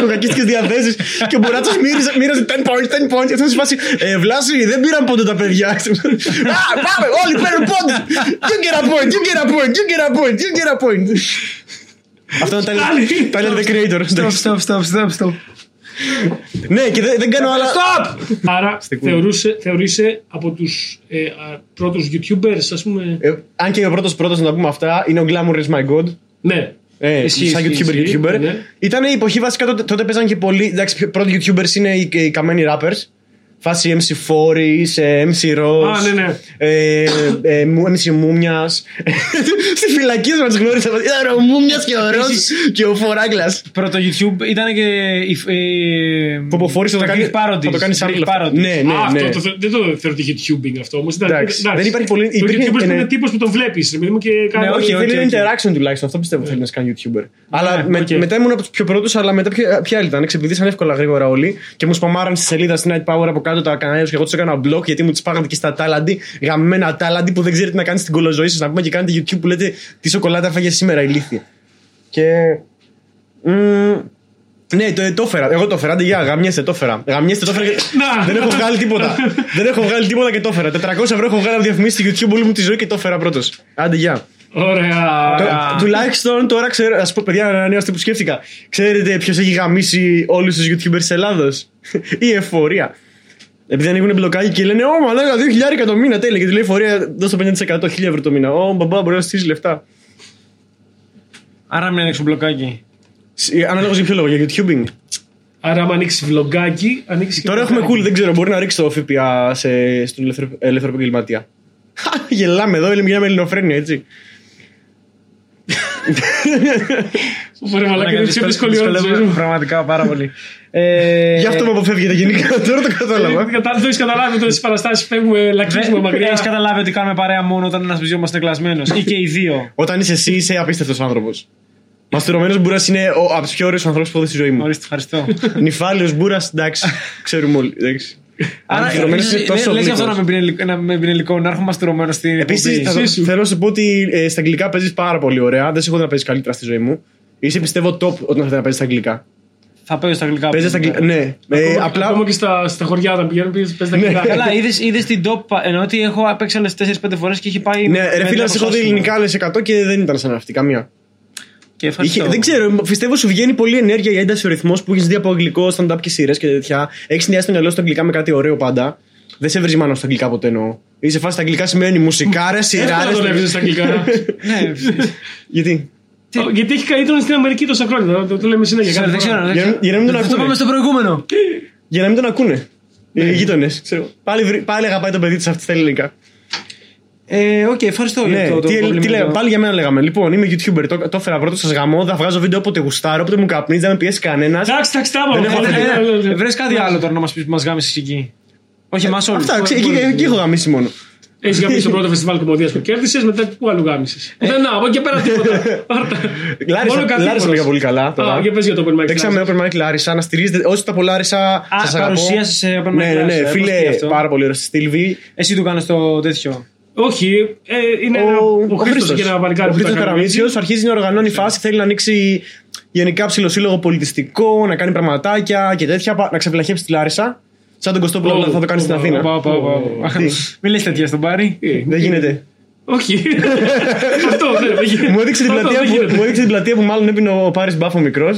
S2: κοκακίστικες διαθέσεις. Και ο Μπονάτσος μοίραζε 10 points, 10 points. Και αυτός σε φάση. «Ε, Βλάση, δεν πήραν πόντο τα παιδιά. Α, πάμε, όλοι παίρνουν πόντο. You get a point, you get a point, you get a point, you get a point. Αυτό είναι
S1: Άλλη.
S2: τα Tyler the Creator.
S3: Stop, stop, stop, stop, stop.
S2: Ναι, και δεν δεν
S1: Ε,
S2: κάνω άλλα.
S3: Stop!
S1: Άρα
S2: κούλα.
S1: θεωρούσε, θεωρείσαι από τους ε, α, πρώτους YouTubers, ας πούμε.
S2: Ε, Αν και ο πρώτος πρώτος να τα πούμε αυτά είναι ο Glamour is my god.
S1: Ναι.
S2: Ε,
S3: Ισχύει,
S2: σαν
S3: ισχύει,
S2: YouTuber,
S1: ισχύει,
S2: YouTuber.
S1: ναι.
S2: Ήταν η εποχή βασικά τότε, τότε παίζαν και πολλοί. Εντάξει, πιο- πρώτοι YouTubers είναι οι, οι καμένοι rappers. Φάση MC Forys, ε, MC Ross.
S1: Α, ναι, ναι.
S2: Ε, ε, μου- MC Μούμιας. *laughs* Στη φυλακή μα του γνώρισα. Ήταν ο Μούμιας και ο Ρος και ο Φοράγκλας.
S3: Πρώτο YouTube ήταν και. η- ε,
S2: Το ποφόρησε θα το κάνει.
S3: parodies,
S2: Θα το κάνει
S3: Greek
S2: σαν
S3: parodies.
S2: Ναι, ναι,
S1: Α, αυτό
S2: ναι.
S1: το θε- δεν το θεωρώ ότι YouTubing αυτό όμως.
S2: Εντάξει. Δεν υπάρχει πολύ-
S1: Το
S2: υπήρχε-
S1: YouTubers είναι
S2: ναι.
S1: τύπος που τον βλέπει. Και κάνει.
S3: Ναι, όχι,
S2: Όχι,
S3: όχι,
S2: θέλει
S3: όχι.
S2: interaction τουλάχιστον. Αυτό πιστεύω θέλει να κάνει YouTuber. αλλά με,
S1: οκ.
S2: μετά ήμουν από τους πιο πρώτους, αλλά μετά ποια ποια άλλη ήταν. Ξεπηδήσαν εύκολα γρήγορα όλοι και μου σπαμάραν στη σελίδα στην Night Power από κάτω τα κανάλια τους και εγώ τους έκανα blog γιατί μου τις πάγανε και στα τάλαντι. Γαμμένα τάλαντι που δεν ξέρετε τι να κάνει στην κολοζωή σα. Να πούμε και κάνετε YouTube που λέτε τι σοκολάτα φάγε σήμερα ηλίθεια. Και. μμ, ναι, το, το έφερα. Εγώ το έφερα. Άντε, γεια, γαμιέστε, το έφερα. Γαμιέστε, το έφερα. και-
S1: Να.
S2: Δεν έχω βγάλει τίποτα. Δεν έχω βγάλει τίποτα και το έφερα. 400 ευρώ έχω βγάλει από διαφημίσει στη YouTube όλη μου τη ζωή και το έφερα πρώτος. Άντε, γεια.
S1: Ωραία.
S2: Το-
S3: Ωραία.
S2: Τουλάχιστον τώρα ξέρω. Ας πω, παιδιά, ένα νέο αστείο που σκέφτηκα. Ξέρετε ποιος έχει γαμίσει όλους τους YouTubers της Ελλάδος. *laughs* Η εφορία. Επειδή ανοίγουν μπλοκάκι και λένε Ω, μαλάκα, 2.000 το μήνα, τέλεια. Και του λέει εφορία, δώσε το 50%, 1.000 ευρώ το μήνα. Ω, μπαμπά, μπορεί να στήσεις λεφτά.
S3: Άρα μην ανοίξω μπλοκάκι.
S2: Σ- ε, Ανάλογα για ποιο λόγο, για YouTubing.
S1: Άρα, άμα ανοίξεις βλογκάκι, ανοίξεις.
S2: Τώρα έχουμε cool, δεν ξέρω, μπορεί να ρίξει το ΦΠΑ σε, στον ελεύθερο, ελεύθερο επαγγελματία. Χα, *laughs* Γελάμε εδώ, μιλάμε ελληνοφρένεια, έτσι.
S1: Ωραία, μαλάκα, είναι πιο
S3: Δυσκολεύομαι-
S1: δύσκολη ώρα της ζωής
S3: δυσκολεύομαι
S1: μου.
S3: Πραγματικά πάρα πολύ. Ε,
S2: Γι' αυτό με αποφεύγετε γενικά, *laughs* τώρα το
S1: *laughs*
S2: κατάλαβα.
S1: Δεν κατα- δεν έχεις καταλάβει τώρα στις παραστάσεις φεύγουμε,
S2: Ναι.
S1: λακίζουμε
S3: Έχει
S1: μακριά.
S3: ε, καταλάβει ότι κάνουμε παρέα μόνο όταν ένας βιζιό μα είναι κλασμένος. ή και οι δύο.
S2: Όταν είσαι εσύ, είσαι απίστευτος άνθρωπος. Μαστουρωμένο Μπούρας είναι ο, από τους πιο ωραίους ανθρώπους που έχω δει στη ζωή μου.
S3: Ορίστε, ευχαριστώ.
S2: Νυφάλιος Μπούρας,
S3: *laughs*
S2: εντάξει, ξέρουμε όλοι. εντάξει. Μαστουρωμένος
S3: ίσως-
S2: είναι
S3: λέ-
S2: τόσο
S3: ε, λες γι' αυτό
S2: γλυκός.
S3: να με πινελικό- να με πινελικό, να έρχομαι μαστρωμένο στην.
S2: Επίση,
S3: εκπομπή.
S1: Εσύ σου.
S2: θέλω να σου πω ότι ε, στα αγγλικά παίζεις πάρα πολύ ωραία. Δεν σε έχω δει να παίζεις καλύτερα στη ζωή μου. Είσαι πιστεύω top όταν θα παίζεις στα αγγλικά.
S3: θα παίζω στα αγγλικά.
S2: Παίζεις στα αγγλικά. Ναι, Ε,
S1: Ακόμα-
S2: απλά.
S1: Ακόμα και στα, στα χωριά όταν πηγαίνουν, πήγες πες τα
S2: Ναι.
S1: κοινά.
S3: Καλά, είδες την top. Ενώ ότι έχω παίξει άλλες 4-5 φορές και έχει πάει.
S2: Ναι, ρε φίλε, σε έχω δει
S3: αποσπάσματα.
S2: ελληνικά άλλες 100 και δεν ήταν σαν αυτή καμία.
S3: Και
S2: Είχε-
S3: ευχαριστώ.
S2: δεν ξέρω, πιστεύω σου βγαίνει πολλή ενέργεια η ένταση ο ρυθμός που έχεις δει από αγγλικό, stand-up και σειρές και τέτοια. Έχεις συνδυάσει το μυαλό σου στα αγγλικά με κάτι ωραίο πάντα. Δεν σε βρει μάλλον στα αγγλικά ποτέ εννοώ. Είσαι φάση στα αγγλικά σημαίνει μουσικάρε,
S1: Εύκολα τον
S2: σειράρε.
S1: έβριζες στα
S2: *laughs*
S1: αγγλικά.
S3: Ναι,
S2: Γιατί.
S1: Ο- Γιατί έχει καεί στην Αμερική τόσα χρόνια. Το, το- το λέμε συνέχεια.
S3: ξέρω,
S1: κάθε
S3: δεν
S1: φορά.
S3: ξέρω. δεν
S2: Για να-
S3: ξέρω.
S2: για να μην τον
S3: Θα το
S2: ακούνε. Ναι.
S3: πάμε στο προηγούμενο.
S2: Για να μην τον ακούνε.
S1: Ναι.
S2: Οι γείτονε. Πάλι, βρει- πάλι αγαπάει το παιδί της αυτής τα ελληνικά.
S3: Ε, Οκ, ευχαριστώ. για
S2: Ναι,
S3: το- το
S2: τι, τι
S3: compliment.
S2: λέγαμε, πάλι για μένα λέγαμε. Λοιπόν, είμαι YouTuber, το, το έφερα πρώτο, σας γαμώ, θα βγάζω βίντεο όποτε γουστάρω, όποτε μου καπνίζει, δεν με πιέσει κανένας.
S1: Εντάξει, εντάξει, τα
S2: Δεν
S1: είπαμε.
S2: έχω
S1: Ναι,
S3: Ε,
S1: ναι, ναι, ναι.
S3: Βρες κάτι άλλο τώρα να μας πεις που μας γάμισες εκεί. Όχι εμάς όλους.
S2: Αυτά, ξέ- εκεί- εκεί έχω γαμίσει μόνο.
S1: Έχεις γαμίσει το πρώτο φεστιβάλ κομμωδία που κέρδισες, μετά που αλλού γάμισες.
S3: Ε.
S1: Πουθενά, από εκεί πέρα τίποτα. Πάρτα. Μόνο
S2: Λάρισα,
S1: καθήκονος.
S2: Λάρισα πήγα πολύ καλά.
S1: Α,
S2: Τώρα.
S1: για πες για το open mic.
S2: Παίξαμε open mic Λάρισα, να στηρίζετε. Όσοι τα από Λάρισα,
S3: Α,
S2: σας αγαπώ.
S3: παρουσίασες σε open mic
S2: Ναι, ναι, ναι,
S3: Λάρισα, πώς πήγε
S2: φίλε,
S3: αυτό?
S2: πάρα πολύ ωραία στη Στυλβή.
S3: Εσύ του κάνει το τέτοιο.
S1: Όχι, ε, είναι ένα- ο Χρήστο και ένα παλικάρι. που τα
S2: Ο Χρήστος
S1: κάνει.
S2: Καραμίτσιος αρχίζει να οργανώνει φάση, θέλει να ανοίξει γενικά ψηλοσύλλογο πολιτιστικό, να κάνει πραγματάκια και τέτοια, πα- να ξεβλαχέψει τη Λάρισα. Σαν τον Κωστόπουλο
S1: Ω,
S2: που θα το κάνεις στην
S1: ω,
S2: Αθήνα.
S1: ω, ω, ω, ω.
S2: Ε, Τι?
S3: Μην λες τέτοια στον Πάρη.
S1: Ε,
S2: Δεν γίνεται.
S1: Όχι. *laughs* Αυτό ναι, δεν γίνεται.
S2: Μου έδειξε την
S1: Αυτό
S2: πλατεία
S1: δεν
S2: που-
S1: γίνεται.
S2: μου έδειξε την πλατεία που μάλλον έπινε ο Πάρης Μπάφο μικρός.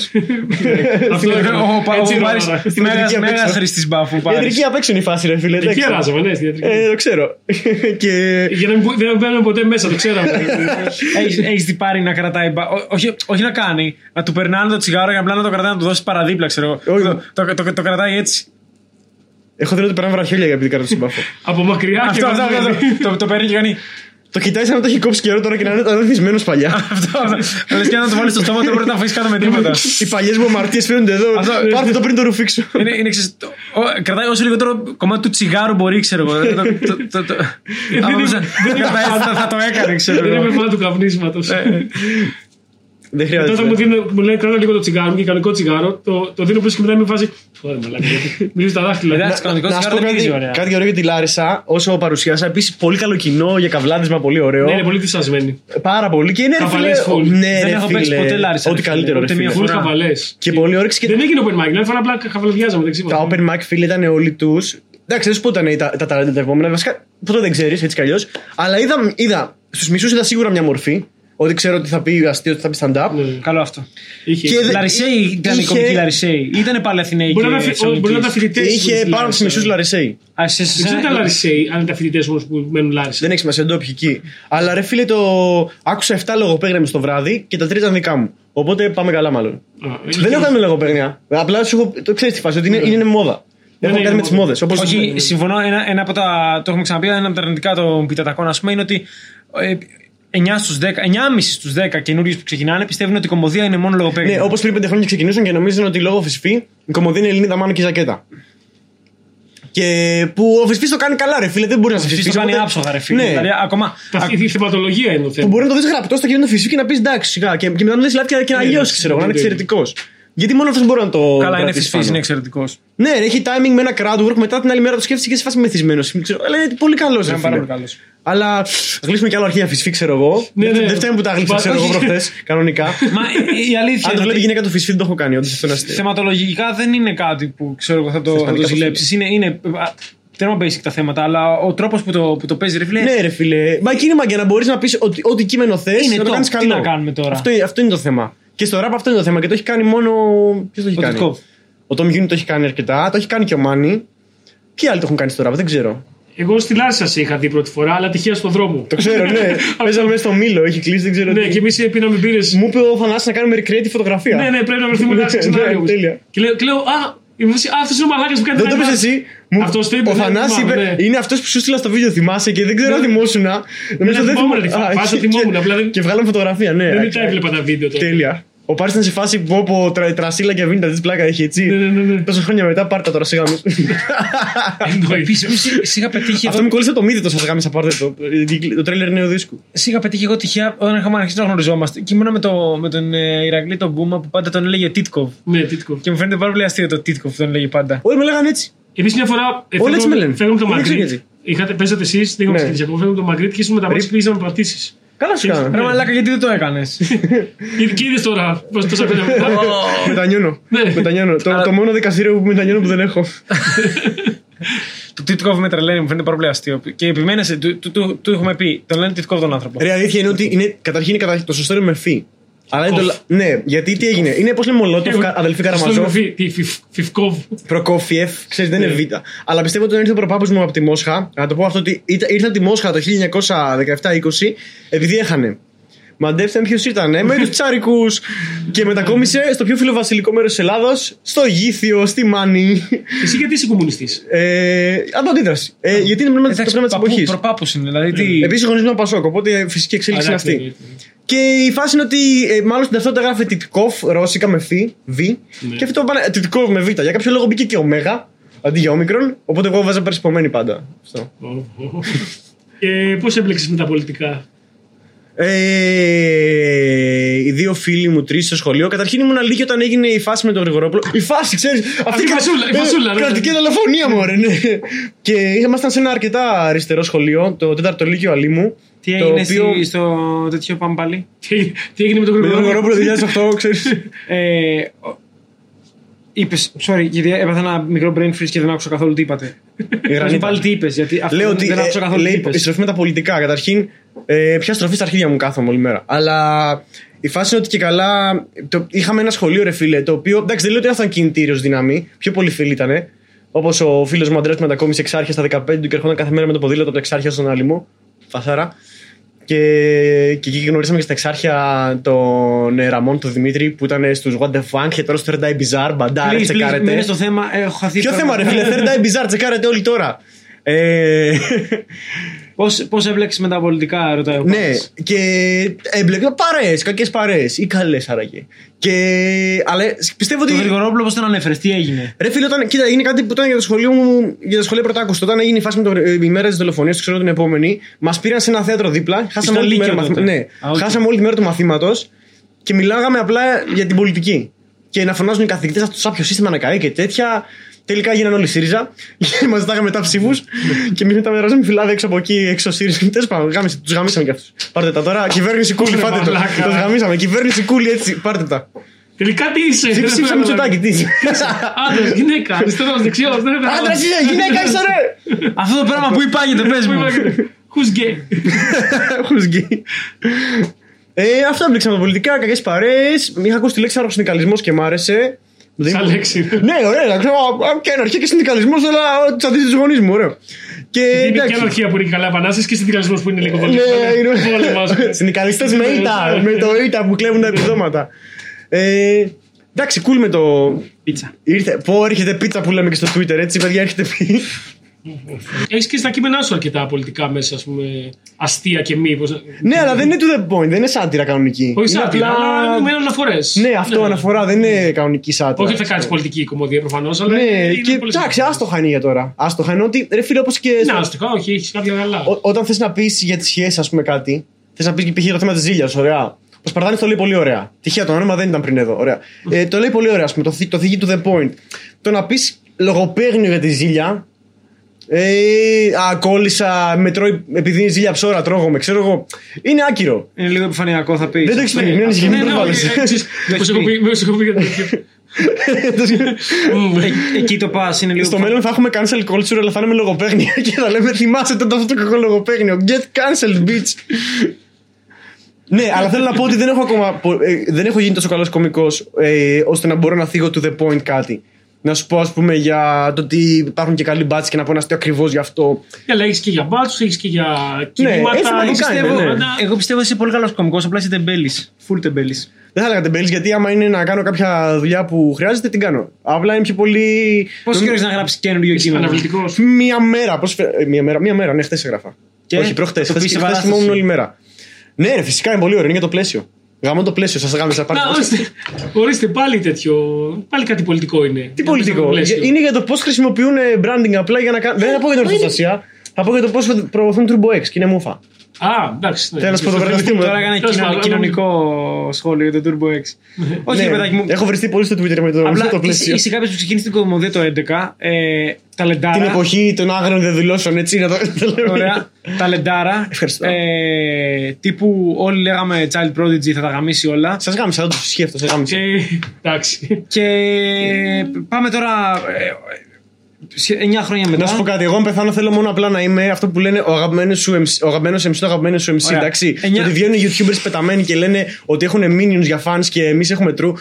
S1: Αυτό
S3: Ο-
S1: έκανα.
S3: ο-
S1: Έτσι
S3: Ο
S1: είναι
S3: Πάρης
S1: όλα.
S3: τη
S2: Στην ιατρική απ'
S3: μέγα
S2: έξω.
S3: χρήστη μπάφου. Πάρης.
S2: Ιατρική απ' έξω είναι η φάση, ρε φίλε.
S1: Εκεί
S2: εντάξει.
S1: αράζαμε, ναι, στη διατρική.
S2: Ε, το ξέρω. *laughs* Και
S1: Για να μην που- δεν μπαίνουμε ποτέ μέσα, το ξέραμε.
S2: *laughs*
S3: Έχεις δει πάρει να κρατάει. μπα- ό- όχι, όχι να κάνει, να του περνάνε το τσιγάρο για απλά να το κρατάει να του δώσει παραδίπλα, ξέρω εγώ.
S2: Όχι.
S3: Το, το, το, το κρατάει έτσι.
S2: Έχω δει ότι περνάνε βραχιόλια για την κάρτα στον πάφο.
S1: Από μακριά και
S3: αυτό, αυτό, αυτό,
S1: γραμμένο.
S3: αυτό. το, το παίρνει και κάνει.
S2: Το κοιτάει σαν να το έχει κόψει καιρό τώρα και να είναι αδεθισμένος παλιά.
S3: Αυτό, αυτό. Λε και να το βάλεις στο στόμα, δεν μπορεί να το αφήσει κάτω με τίποτα.
S2: Οι παλιές μου αμαρτίες φαίνονται εδώ.
S3: Αυτό, ε,
S2: Πάρτε το πριν το ρουφήξω.
S3: είναι, είναι, ξέρεις, το- ο- κρατάει όσο λιγότερο κομμάτι του τσιγάρου μπορεί, ξέρω εγώ. Δεν το- το- το- το- άμα
S1: είναι-
S3: μπορούσε να
S1: δεν είναι-
S3: κρατάει, θα- Θα το έκανε, ξέρω
S1: Δεν είμαι
S3: εγώ.
S1: φαν του καπνίσματος.
S2: Δεν
S1: Τότε μου,
S2: χρειάζεται.
S1: δίνουν, μου λένε κράτα λίγο το τσιγάρο μου και κανονικό τσιγάρο. Το, το δίνω πίσω και μετά είμαι φάση. Ωραία, μαλάκα. Μιλήσω τα δάχτυλα.
S3: Εντάξει, κανονικό
S2: Να σου
S3: τσιγάρο
S2: πω
S3: δεν
S2: κάτι,
S3: πηγαίνει ωραία.
S2: κάτι ωραίο για τη Λάρισα, όσο παρουσιάσα. Επίσης, πολύ καλό κοινό για καβλάντισμα, πολύ ωραίο.
S1: Ναι, είναι πολύ δυσασμένη.
S2: Πάρα πολύ. Και είναι ρε φίλε.
S1: Καβαλές full.
S2: Ναι,
S3: Δεν
S2: ρε,
S3: έχω
S2: φίλε,
S3: παίξει ποτέ Λάρισα,
S2: Ό,τι
S3: ρε, φίλε.
S2: καλύτερο. ρε,
S3: Ούτε
S2: φίλε.
S3: μία
S1: Πολύ
S3: φορά.
S1: χαβαλέ.
S2: Και πολύ όρεξη και
S1: Δεν έγινε open mic, δηλαδή απλά χαβαλιάζαμε δεν ξέρω.
S2: τα open mic, φίλε, ήταν όλοι τους. Εντάξει, δεν σου πω ήταν τα, τα ταλέντα τα επόμενα. Βασικά, ποτέ δεν ξέρει, έτσι κι αλλιώ. Αλλά είδα, είδα στου μισού είδα σίγουρα μια μορφή. Ότι ξέρω ότι θα πει αστείο, ότι θα πει stand-up.
S1: Ναι.
S3: Καλό αυτό.
S1: Είχε.
S2: Και-
S3: Λαρισαίοι ήταν η
S2: είχε-
S3: κομική Λαρισαίοι. Ήταν πάλι Αθηναίοι.
S1: Μπορεί να
S3: και
S1: τα φοι- μπορεί να τα
S3: Θεσσαλονίκης.
S1: φοιτητές.
S2: Είχε
S1: δηλαδή,
S2: πάνω από του μισού
S1: ε?
S2: Λαρισαίοι.
S3: Α, σε- σε-
S1: Δεν ξέρω τα Λαρισαίοι, αν είναι τα φοιτητές όμως που μένουν Λάρισα.
S2: Δεν έχει σημασία, εντόπιοι εκεί. Αλλά ρε φίλε, το άκουσα 7 λογοπαίγνια στο βράδυ και τα τρία ήταν δικά μου. Οπότε πάμε καλά, μάλλον.
S1: Α,
S2: Δεν έχω κάνει λογοπαίγνια. Απλά σου έχω. Το ξέρεις τη φάση, ότι είναι, είναι μόδα.
S1: Ναι,
S2: Έχω
S1: ναι,
S2: κάνει με
S1: είναι
S2: τις
S1: μόδα.
S2: μόδες. Όπως.
S3: Όχι, συμφωνώ. Ένα, ένα από τα. Το έχουμε ξαναπεί. Ένα από τα αρνητικά των πιτατακών, ας πούμε, είναι ότι. Ε, 9 στου 10, 9,5 στου 10 καινούριους που ξεκινάνε πιστεύουν ότι η κομμωδία είναι μόνο λογοπαίγνια.
S2: Ναι, όπως πριν πέντε χρόνια ξεκινήσαν και νομίζουν ότι λόγω φυσφή η κομμωδία είναι Ελληνίδα μάνα και ζακέτα. Και που ο φυσφής το κάνει καλά, ρε φίλε, δεν μπορεί να σε
S3: Αυτοί
S2: φυσφής.
S3: το κάνει άψογα, ρε φίλε.
S2: Ναι.
S3: Δηλαδή, ακόμα.
S1: Τα- Η θεματολογία είναι το
S2: Που
S1: θέμα.
S2: μπορεί να το δεις γραπτός στο κείμενο φυσφή και να πεις εντάξει, σιγά. Και, και μετά να δεις λάθη και, και να αλλιώσει, ξέρω εγώ, να είναι
S1: ναι, ναι.
S2: εξαιρετικός. Γιατί μόνο αυτός μπορεί να το.
S3: καλά, είναι
S2: κρατήσει
S3: φυσφή,
S2: πάνω.
S3: είναι εξαιρετικός.
S2: Ναι, ρε, έχει timing με ένα crowd work. Μετά την άλλη μέρα το σκέφτεσαι και σε φάση μεθυσμένος. Αλλά είναι πολύ καλός.
S3: Είναι Ναι, πάρα πολύ καλός.
S2: Αλλά θα γλύσουμε κι άλλο αρχεία φυσφή, ξέρω εγώ.
S1: Ναι, ναι.
S2: Δεν φταίμε που τα γλύψα,
S1: Πα-
S2: ξέρω εγώ
S1: όχι.
S2: προχθέ, κανονικά.
S3: Μα η- η αλήθεια
S2: Αν το
S3: είναι
S2: βλέπει
S3: ότι
S2: γυναίκα του φυσφή, δεν το έχω κάνει. Όντως αυτό είναι αστείο.
S3: θεματολογικά δεν είναι κάτι που ξέρω εγώ θα το, θα το
S2: Θεματικά
S3: ζηλέψεις. Είναι, είναι α, τέρμα basic τα θέματα, αλλά ο τρόπος που, το- που το παίζει, ρε φίλε.
S2: Ναι, ρε φίλε. Μα εκεί είναι μαγκιά να μπορείς να πεις ότι ό,τι κείμενο θες
S3: Είναι
S2: να το
S3: top.
S2: κάνεις
S3: Τι
S2: καλό.
S3: να κάνουμε τώρα.
S2: Αυτό, είναι- αυτό είναι το θέμα. Και στο ραπ αυτό είναι το θέμα και το έχει κάνει μόνο. Ποιος το έχει
S3: Ο
S2: κάνει.
S3: Τιτκόφ.
S2: Ο Τόμ Γιούνι το έχει κάνει αρκετά, το έχει κάνει και ο Μάνι. Ποιοι άλλοι το έχουν κάνει στο ραπ, δεν ξέρω.
S1: Εγώ στη Λάρισα σε είχα δει πρώτη φορά, αλλά τυχαία στον δρόμο.
S2: Το ξέρω,
S1: *laughs*
S2: ναι. Παίζαμε μέσα στο Μήλο, έχει κλείσει, δεν ξέρω.
S1: Ναι,
S2: τι.
S1: και εμείς πίναμε πύρε.
S2: Μου είπε ο Θανάσης να κάνουμε recreate τη φωτογραφία.
S1: Ναι, ναι, πρέπει να βρεθούμε Λάρισα
S2: *laughs* Ναι,
S1: ξανά. όμως.
S2: τέλεια.
S1: Και λέω- και λέω, Α, αυτός είναι ο μαλάκας που κάνει
S2: Δεν
S1: τα
S2: το πες
S1: λάθη».
S2: εσύ.
S1: Αυτός το είπε,
S2: ο
S1: ναι,
S2: Θανάσης
S1: θυμάμαι,
S2: είπε.
S1: ναι.
S2: Είναι αυτός που σου στείλα στο βίντεο, θυμάσαι και δεν ξέρω αν θυμόσουν. να- Νομίζω
S1: ναι, θυμόμουν,
S2: θυμό-
S1: ρε,
S2: Α,
S1: φάση,
S2: και-
S1: θυμόμουν,
S2: και-
S1: απλά δεν-
S2: Και βγάλαμε φωτογραφία, ναι.
S1: Δεν
S2: α,
S1: τα έβλεπα τα βίντεο τώρα.
S2: Τέλεια. Ο Πάρης ήταν σε φάση που όπου τρα, τρασίλα και βίντα τη πλάκα έχει έτσι.
S1: Ναι, ναι, ναι, ναι.
S2: Τόσα χρόνια μετά πάρτε τα τώρα σιγά
S1: *laughs*
S2: μου.
S1: Εννοείται.
S3: Επίση, είχα πετύχει εδώ
S2: Αυτό μου κόλλησε το μύθι το σα γάμισα πάρτε το. ε, Το τρέλερ νέου δίσκου.
S3: Σε είχα πετύχει εγώ τυχαία όταν είχαμε αρχίσει να γνωριζόμαστε. Και ήμουνα με, το, με τον ε, Ηρακλή τον Μπούμα που πάντα τον έλεγε Τίτκοβ.
S1: Ναι, τίτκο.
S3: Και μου φαίνεται πάρα πολύ αστείο το Τίτκοβ που τον έλεγε πάντα.
S2: Όλοι με λέγανε έτσι.
S1: Εμεί μια φορά. ε,
S2: Όλοι
S1: φεύγαμε-
S2: έτσι με λένε.
S1: Φεύγαμε από το
S2: Όλοι έτσι
S1: Μαδρίτη.
S2: έτσι.
S1: Είχατε, παίζατε εσεί, δεν είχαμε
S2: Ναι.
S1: ξεκινήσει ακόμα. Φεύγαμε από το Μαδρίτη και ήσουν με τα μάτια που πήγαμε πατήσει.
S2: Καλά σου
S3: Ρε
S2: κάνω.
S3: μαλάκα, γιατί δεν το έκανες.
S1: Και είδες τώρα πώς τόσα χρόνια μετά.
S2: *laughs* Μετανιώνω.
S1: Ναι.
S2: Μετανιώνω. Το,
S3: Αλλά-
S2: το μόνο δικαστήριο που μετανιώνω που δεν έχω.
S3: το Τίτκοβ με τρελαίνει, μου φαίνεται πάρα πολύ αστείο. Και επιμένεσαι, του, του, του, του έχουμε πει, τον λένε Τίτκοβ τον άνθρωπο.
S2: Ρε, αλήθεια είναι ότι είναι, καταρχήν είναι κατα- το σωστό είναι με φύ. Αλλά είναι το.
S1: Οφ.
S2: λα- Ναι, γιατί τι έγινε. Είναι πώς λέμε
S1: Ε,
S2: Μολότοφ, κα- αδελφή Καραμαζόφ.
S1: Τη Φιφκόβ.
S2: Προκόφιεφ, ξέρεις, δεν είναι Β. Αλλά πιστεύω ότι όταν ήρθε ο προπάπου μου από τη Μόσχα, να το πω αυτό ότι ήρθε- ήρθε από τη Μόσχα το 1917-20 επειδή έχανε. Μαντέψτε με ποιος ήταν, με τους τσάρικου. και μετακόμισε στο πιο φιλοβασιλικό μέρος της Ελλάδος, στο Γήθιο, στη Μάνη.
S1: Εσύ γιατί είσαι κομμουνιστής.
S2: Ε, αντίδραση. Ε, γιατί είναι πνεύμα- το πνεύμα τη εποχής.
S3: προπάπους είναι. Δηλαδή, τι...
S2: Επίσης, γνωρίζουμε Πασόκ, οπότε η φυσική εξέλιξη είναι αυτή. Και η φάση είναι ότι ε, μάλλον στην ταυτότητα γράφει Τιτκόφ, ρώσικα με Φ, Β.
S1: Ναι.
S2: Και αυτό πάνε ε, Τιτκόφ με Β. Για κάποιο λόγο μπήκε και Ωμέγα αντί για Όμικρον. Οπότε εγώ βάζα περισπομένη πάντα. Αυτό.
S1: Και πώς έμπλεξες με τα πολιτικά.
S2: Ε, οι δύο φίλοι μου, τρεις στο σχολείο. Καταρχήν ήμουν λίγη όταν έγινε η φάση με τον Γρηγορόπουλο. Η φάση, ξέρεις.
S1: Αυτή η φασούλα, η φασούλα, ρε.
S2: ε, Κρατική δολοφονία μου, ωραία, ναι. και ήμασταν σε ένα αρκετά αριστερό σχολείο, το 4ο Λύκειο Αλήμου.
S3: Τι
S2: το
S3: έγινε εσύ στο τέτοιο πάμε πάλι.
S1: Τι, τι έγινε με τον
S2: Με τον
S1: Γρηγορόπουλο. *laughs*
S2: Γρηγορόπουλο 2008, ξέρεις.
S3: Ε, Είπες, sorry, γιατί έπαθα ένα μικρό brain freeze και δεν άκουσα καθόλου τι είπατε.
S2: Γρανίτα.
S3: Νομίζω πάλι τι είπες, γιατί αυτό
S2: Λέω
S3: δεν,
S2: ότι.
S3: δεν άκουσα
S2: ε,
S3: καθόλου τι
S2: λέει,
S3: είπες.
S2: η στροφή με τα πολιτικά. Καταρχήν, ε, πια στροφή στα αρχίδια μου κάθομαι όλη μέρα. Αλλά η φάση είναι ότι και καλά. Το, είχαμε ένα σχολείο, ρε φίλε, το οποίο. Εντάξει, δεν λέω ότι ήταν κινητήριος δύναμη. Πιο πολύ φίλοι ήταν. Όπως ο φίλος μου Αντρέας που μετακόμισε εξάρχεια στα 15 του και ερχόταν κάθε μέρα με το ποδήλατο από τα εξάρχεια στον άλυμο. Φασάρα. Και, και εκεί γνωρίσαμε και στα εξάρχεια τον ε, Ραμόν, τον Δημήτρη, που ήταν στους What the Fun και τώρα στο Third Eye Bizarre. Μπαντάρε,
S3: Please, please, μείνε
S2: τσεκάρετε.
S3: στο θέμα, έχω χαθεί.
S2: Ποιο θέμα, ρε φίλε, Third Eye Bizarre, τσεκάρετε όλοι τώρα. Ε,
S3: Πώς έβλεξες με τα πολιτικά, ρωτάει ο
S2: Ναι,
S3: Πάπης.
S2: και έμπλεκε παρέες, κακές παρέες ή καλές άραγε. Και... Αλλά πιστεύω ότι.
S3: Το Γρηγορόπουλο πώς τον ανέφερες, τι
S2: *laughs*
S3: έγινε.
S2: Ρε φίλε, όταν, κοίτα, είναι κάτι που ήταν για το σχολείο μου, για το σχολείο πρωτάκουστο. Όταν έγινε η φάση με το, ε, η μέρα της δολοφονίας, το ξέρω την επόμενη, μας πήραν σε ένα θέατρο δίπλα. Χάσαμε όλη, τη μέρα,
S3: Λύκειο
S2: μαθημα...
S3: τότε.
S2: ναι,
S3: Α, οκ.
S2: χάσαμε όλη τη μέρα του μαθήματος και μιλάγαμε απλά για την πολιτική. Και να φωνάζουν οι καθηγητές αυτός το σάπιο σύστημα να καεί και τέτοια. Τελικά γίνανε όλοι ΣΥΡΙΖΑ. *laughs* και μας ζητάγαμε μετά ψήφους. και εμείς μετά μοιράζαμε φυλάδε έξω από εκεί, έξω ΣΥΡΙΖΑ. Τέλος πάντων, τους γαμίσαμε κι αυτούς. Πάρτε τα τώρα. Κυβέρνηση κούλι,
S1: Ρε
S2: φάτε το.
S1: μαλάκα.
S2: Τους γαμίσαμε. Κυβέρνηση κούλι, έτσι, πάρτε τα.
S1: Τελικά τι είσαι.
S2: Τι
S1: δεν
S2: ψήφισα
S1: θέλω να-
S2: Μητσοτάκη, τι.
S1: Άντρα, γυναίκα, αριστερός, δεξιός.
S2: Άντρα είσαι, γυναίκα είσαι, ρε!
S3: Αυτό το πράγμα που υπάγεται, πες μου.
S1: Who's gay.
S2: Who's gay? Ε, αυτά μπλήξαμε τα πολιτικά, κακές παρέες. Είχα ακούσει τη λέξη αεροξυνικαλισμό και μ' άρεσε.
S1: Σαν λέξη.
S2: Ναι, ωραία, να ξέρω. α, α, Και αναρχία και συνδικαλισμός, αλλά α, τσαντίζει τους γονείς μου, ωραίο. Και
S1: Είναι και
S2: Ε, εντάξει. Ε, ναι,
S1: αναρχία που είναι καλά επανάσταση και συνδικαλισμός που είναι λίγο πολύ.
S2: *laughs* Συνδικαλιστές με ήττα, με το ήττα που κλέβουν τα επιδόματα. Ε, εντάξει, cool με το.
S3: Πίτσα.
S2: Ήρθε, πω, έρχεται πίτσα που λέμε και στο Twitter, έτσι, παιδιά, έρχεται πίτσα.
S1: Έχεις και στα κείμενά σου αρκετά πολιτικά μέσα, ας πούμε. Αστεία και μη. Πώς...
S2: *laughs* ναι, αλλά δεν είναι to the point, δεν είναι σάτυρα κανονική.
S1: Όχι
S2: Είναι
S1: σαν απλά... αλλά με αναφορές.
S2: Ναι, αυτό αναφορά δεν είναι κανονική σάτυρα.
S1: Ναι. Όχι ότι θα κάνεις πολιτική κομμωδία προφανώς, αλλά.
S2: Ναι,
S1: είναι
S2: και
S1: πολύ
S2: εντάξει,
S1: σημαντικό. ναι.
S2: άστοχα είναι για τώρα. Άστοχα είναι ότι ρε φίλε, όπως και.
S1: Είναι άστοχα, όχι, έχεις κάποια καλά.
S2: ό- όταν θες να πεις για τις σχέσεις, ας πούμε κάτι, θες να πεις π.χ. για το θέμα της ζήλιας, ωραία. Ο Σπαρτάνης το λέει πολύ ωραία. Τυχαία το όνομα δεν ήταν πριν εδώ. Ωραία. Ε, το λέει πολύ ωραία, ας πούμε. Το, θη- το θίγει to the point. Το να πει λογοπαίγνιο για τη ζήλια. Ε, α, κόλλησα, με τρώει επειδή είναι ζήλια ψώρα, τρώγομαι, ξέρω εγώ. Είναι άκυρο.
S3: Είναι λίγο επιφανειακό, θα πει.
S2: Δεν Ναι, το έχεις πει, μην ανησυχείς, μην
S1: Ναι, ναι,
S2: προβάλλεσαι.
S1: όχι, ε,
S2: *laughs*
S1: ξέρεις,
S3: Το
S1: πώς
S3: έχει
S1: έχω
S3: πει.
S1: πει- πώς έχω πει για το- Μμμ.
S3: Ε- Εκεί το πας είναι λίγο.
S2: Στο μέλλον θα έχουμε cancel culture, αλλά θα είναι με λογοπαίγνια *laughs* και θα λέμε θυμάστε τότε αυτό το κακό λογοπαίγνιο. Get cancelled, bitch. ναι, αλλά θέλω να πω ότι δεν έχω ακόμα. πο- ε, δεν έχω γίνει τόσο καλός κωμικός ε, ώστε να μπορώ να θίγω to the point κάτι. Να σου πω, ας πούμε, για το ότι υπάρχουν και καλοί μπάτσες και να πω ένα αστείο ακριβώς γι' αυτό.
S1: Καλά, έχεις και για μπάτσους, έχεις και για
S2: Ναι, έτσι να
S1: κινήματα.
S2: το
S1: έχεις-
S2: κάνεις.
S3: Πιστεύω,
S2: Ναι, ναι.
S3: Εγώ πιστεύω ότι είσαι πολύ καλός κωμικός, απλά είσαι τεμπέλης. Φουλ τεμπέλης.
S2: Δεν θα έλεγα τεμπέλης, γιατί άμα είναι να κάνω κάποια δουλειά που χρειάζεται, την κάνω. Απλά είναι πιο πολύ.
S3: Πόσο καιρό έχεις να γράψεις καινούριο κείμενο.
S1: Αναβλητικός.
S2: Μία μέρα. Πώς, φε- ε, μία μέρα, μία μέρα, ναι, χθες έγραφα.
S3: Και?
S2: Όχι, προχτές.
S3: Το πεις σε
S2: Χθε
S3: παράσταση.
S2: θυμόμουν όλη μέρα. Ναι, ρε, φυσικά είναι πολύ ωραίο, είναι για το πλαίσιο. Γαμώ το πλαίσιο, σας γάμισα πάρτε.
S1: Να,
S2: το.
S1: ορίστε, ορίστε, πάλι τέτοιο. Πάλι κάτι πολιτικό είναι.
S2: Τι πολιτικό. Για- Είναι για το πώς χρησιμοποιούν ε, branding απλά για να κάνουν. Δεν θα πω για την ορθοστασία. Θα πω για το πώς προωθούν Turbo X και είναι μούφα.
S1: Α, εντάξει. ναι.
S2: Θέλω να σου πω το
S1: Σωστά.
S2: βραβευτούμε.
S3: Τώρα έκανα
S1: Τέλος
S3: κοινο-
S1: πάντων,
S3: κοινωνικό σχόλιο για το Turbo X. Όχι, ρε
S2: Ναι,
S3: παιδάκι μου.
S2: Έχω βριστεί πολύ στο Twitter με το,
S3: Απλά
S2: το
S3: είσαι,
S2: πλαίσιο.
S3: είσαι κάποιος που ξεκίνησε την κομμωδία το 2011. Ε, ταλεντάρα.
S2: Την εποχή των άγρων διαδηλώσεων, έτσι να το, το λέμε.
S3: Ωραία. ταλεντάρα.
S2: Ευχαριστώ.
S3: Ε, τύπου όλοι λέγαμε Child Prodigy θα τα γαμίσει όλα.
S2: Σας γάμισα, δεν του ισχύει αυτό, σας γάμισα.
S1: Ε, Εντάξει.
S3: Και πάμε τώρα. ε, 9 χρόνια μετά.
S2: Να σου πω κάτι. Εγώ, αν πεθάνω, θέλω μόνο απλά να είμαι αυτό που λένε ο αγαπημένος σου MC, ο αγαπημένος MC, το αγαπημένος σου MC.
S3: Ωραία.
S2: Εντάξει.
S3: Εννιά-
S2: Και ότι βγαίνουν οι YouTubers πεταμένοι και λένε ότι έχουν minions για fans και εμείς έχουμε true.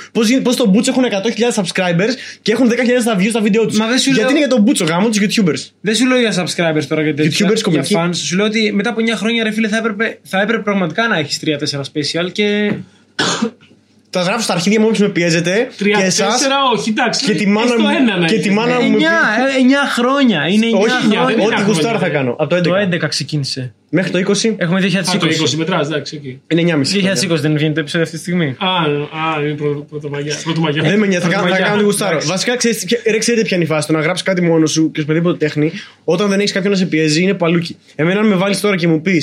S2: Πώ το Boots έχουν 100.000 subscribers και έχουν 10.000 τα views στα βίντεο τους.
S3: Μα δεν σου
S2: Γιατί
S3: λέω-
S2: είναι για τον Boots, ο γάμος τους YouTubers.
S3: Δεν σου λέω για subscribers τώρα γιατί
S2: YouTubers
S3: τέτοια, για
S2: κομικοί.
S3: fans. Σου λέω ότι μετά από 9 χρόνια ρε φίλε θα έπρεπε, θα έπρεπε πραγματικά να έχεις 3-4 special και
S2: Τα γράφω στα αρχίδια μου όποιος με πιέζεται.
S1: Τρία,
S2: και εσάς.
S1: τέσσερα, όχι, εντάξει.
S2: και τη μάνα
S1: Έστω
S2: μου-
S1: ένα να ναι.
S2: και
S1: έχει.
S2: τη μάνα
S3: Ε,
S2: Να
S3: 9,
S2: μου
S3: ε, 9 χρόνια. Είναι 9
S2: Όχι,
S1: δεν
S3: χρόνια.
S1: είναι
S2: ό,τι
S1: χρόνια,
S2: γουστάρα
S1: ναι.
S2: θα κάνω. Από το
S3: Το
S2: 11.
S3: 11 ξεκίνησε.
S2: Μέχρι το 20
S3: Έχουμε
S1: Α, το 20
S3: 2020.
S1: μετράς, εντάξει, εκεί.
S2: είναι 9,5.
S3: 2020 δεν βγαίνει το επεισόδιο αυτή τη στιγμή.
S1: Α, α, είναι πρω- πρωτομαγιά. πρωτομαγιά.
S2: Δεν Ε, με νοιάζει, Ναι, θα, κάνω- θα
S3: Πρωτομαγιά.
S2: κάνω λίγο γουστάρω.
S3: Εντάξει.
S2: Βασικά, ξέρεις, ποια- ρε, ξέρετε ποια είναι η φάση. Το να γράψεις κάτι μόνος σου και οποιαδήποτε τέχνη, όταν δεν έχεις κάποιον να σε πιέζει, είναι παλούκι. Εμένα, αν με βάλεις τώρα και μου πεις,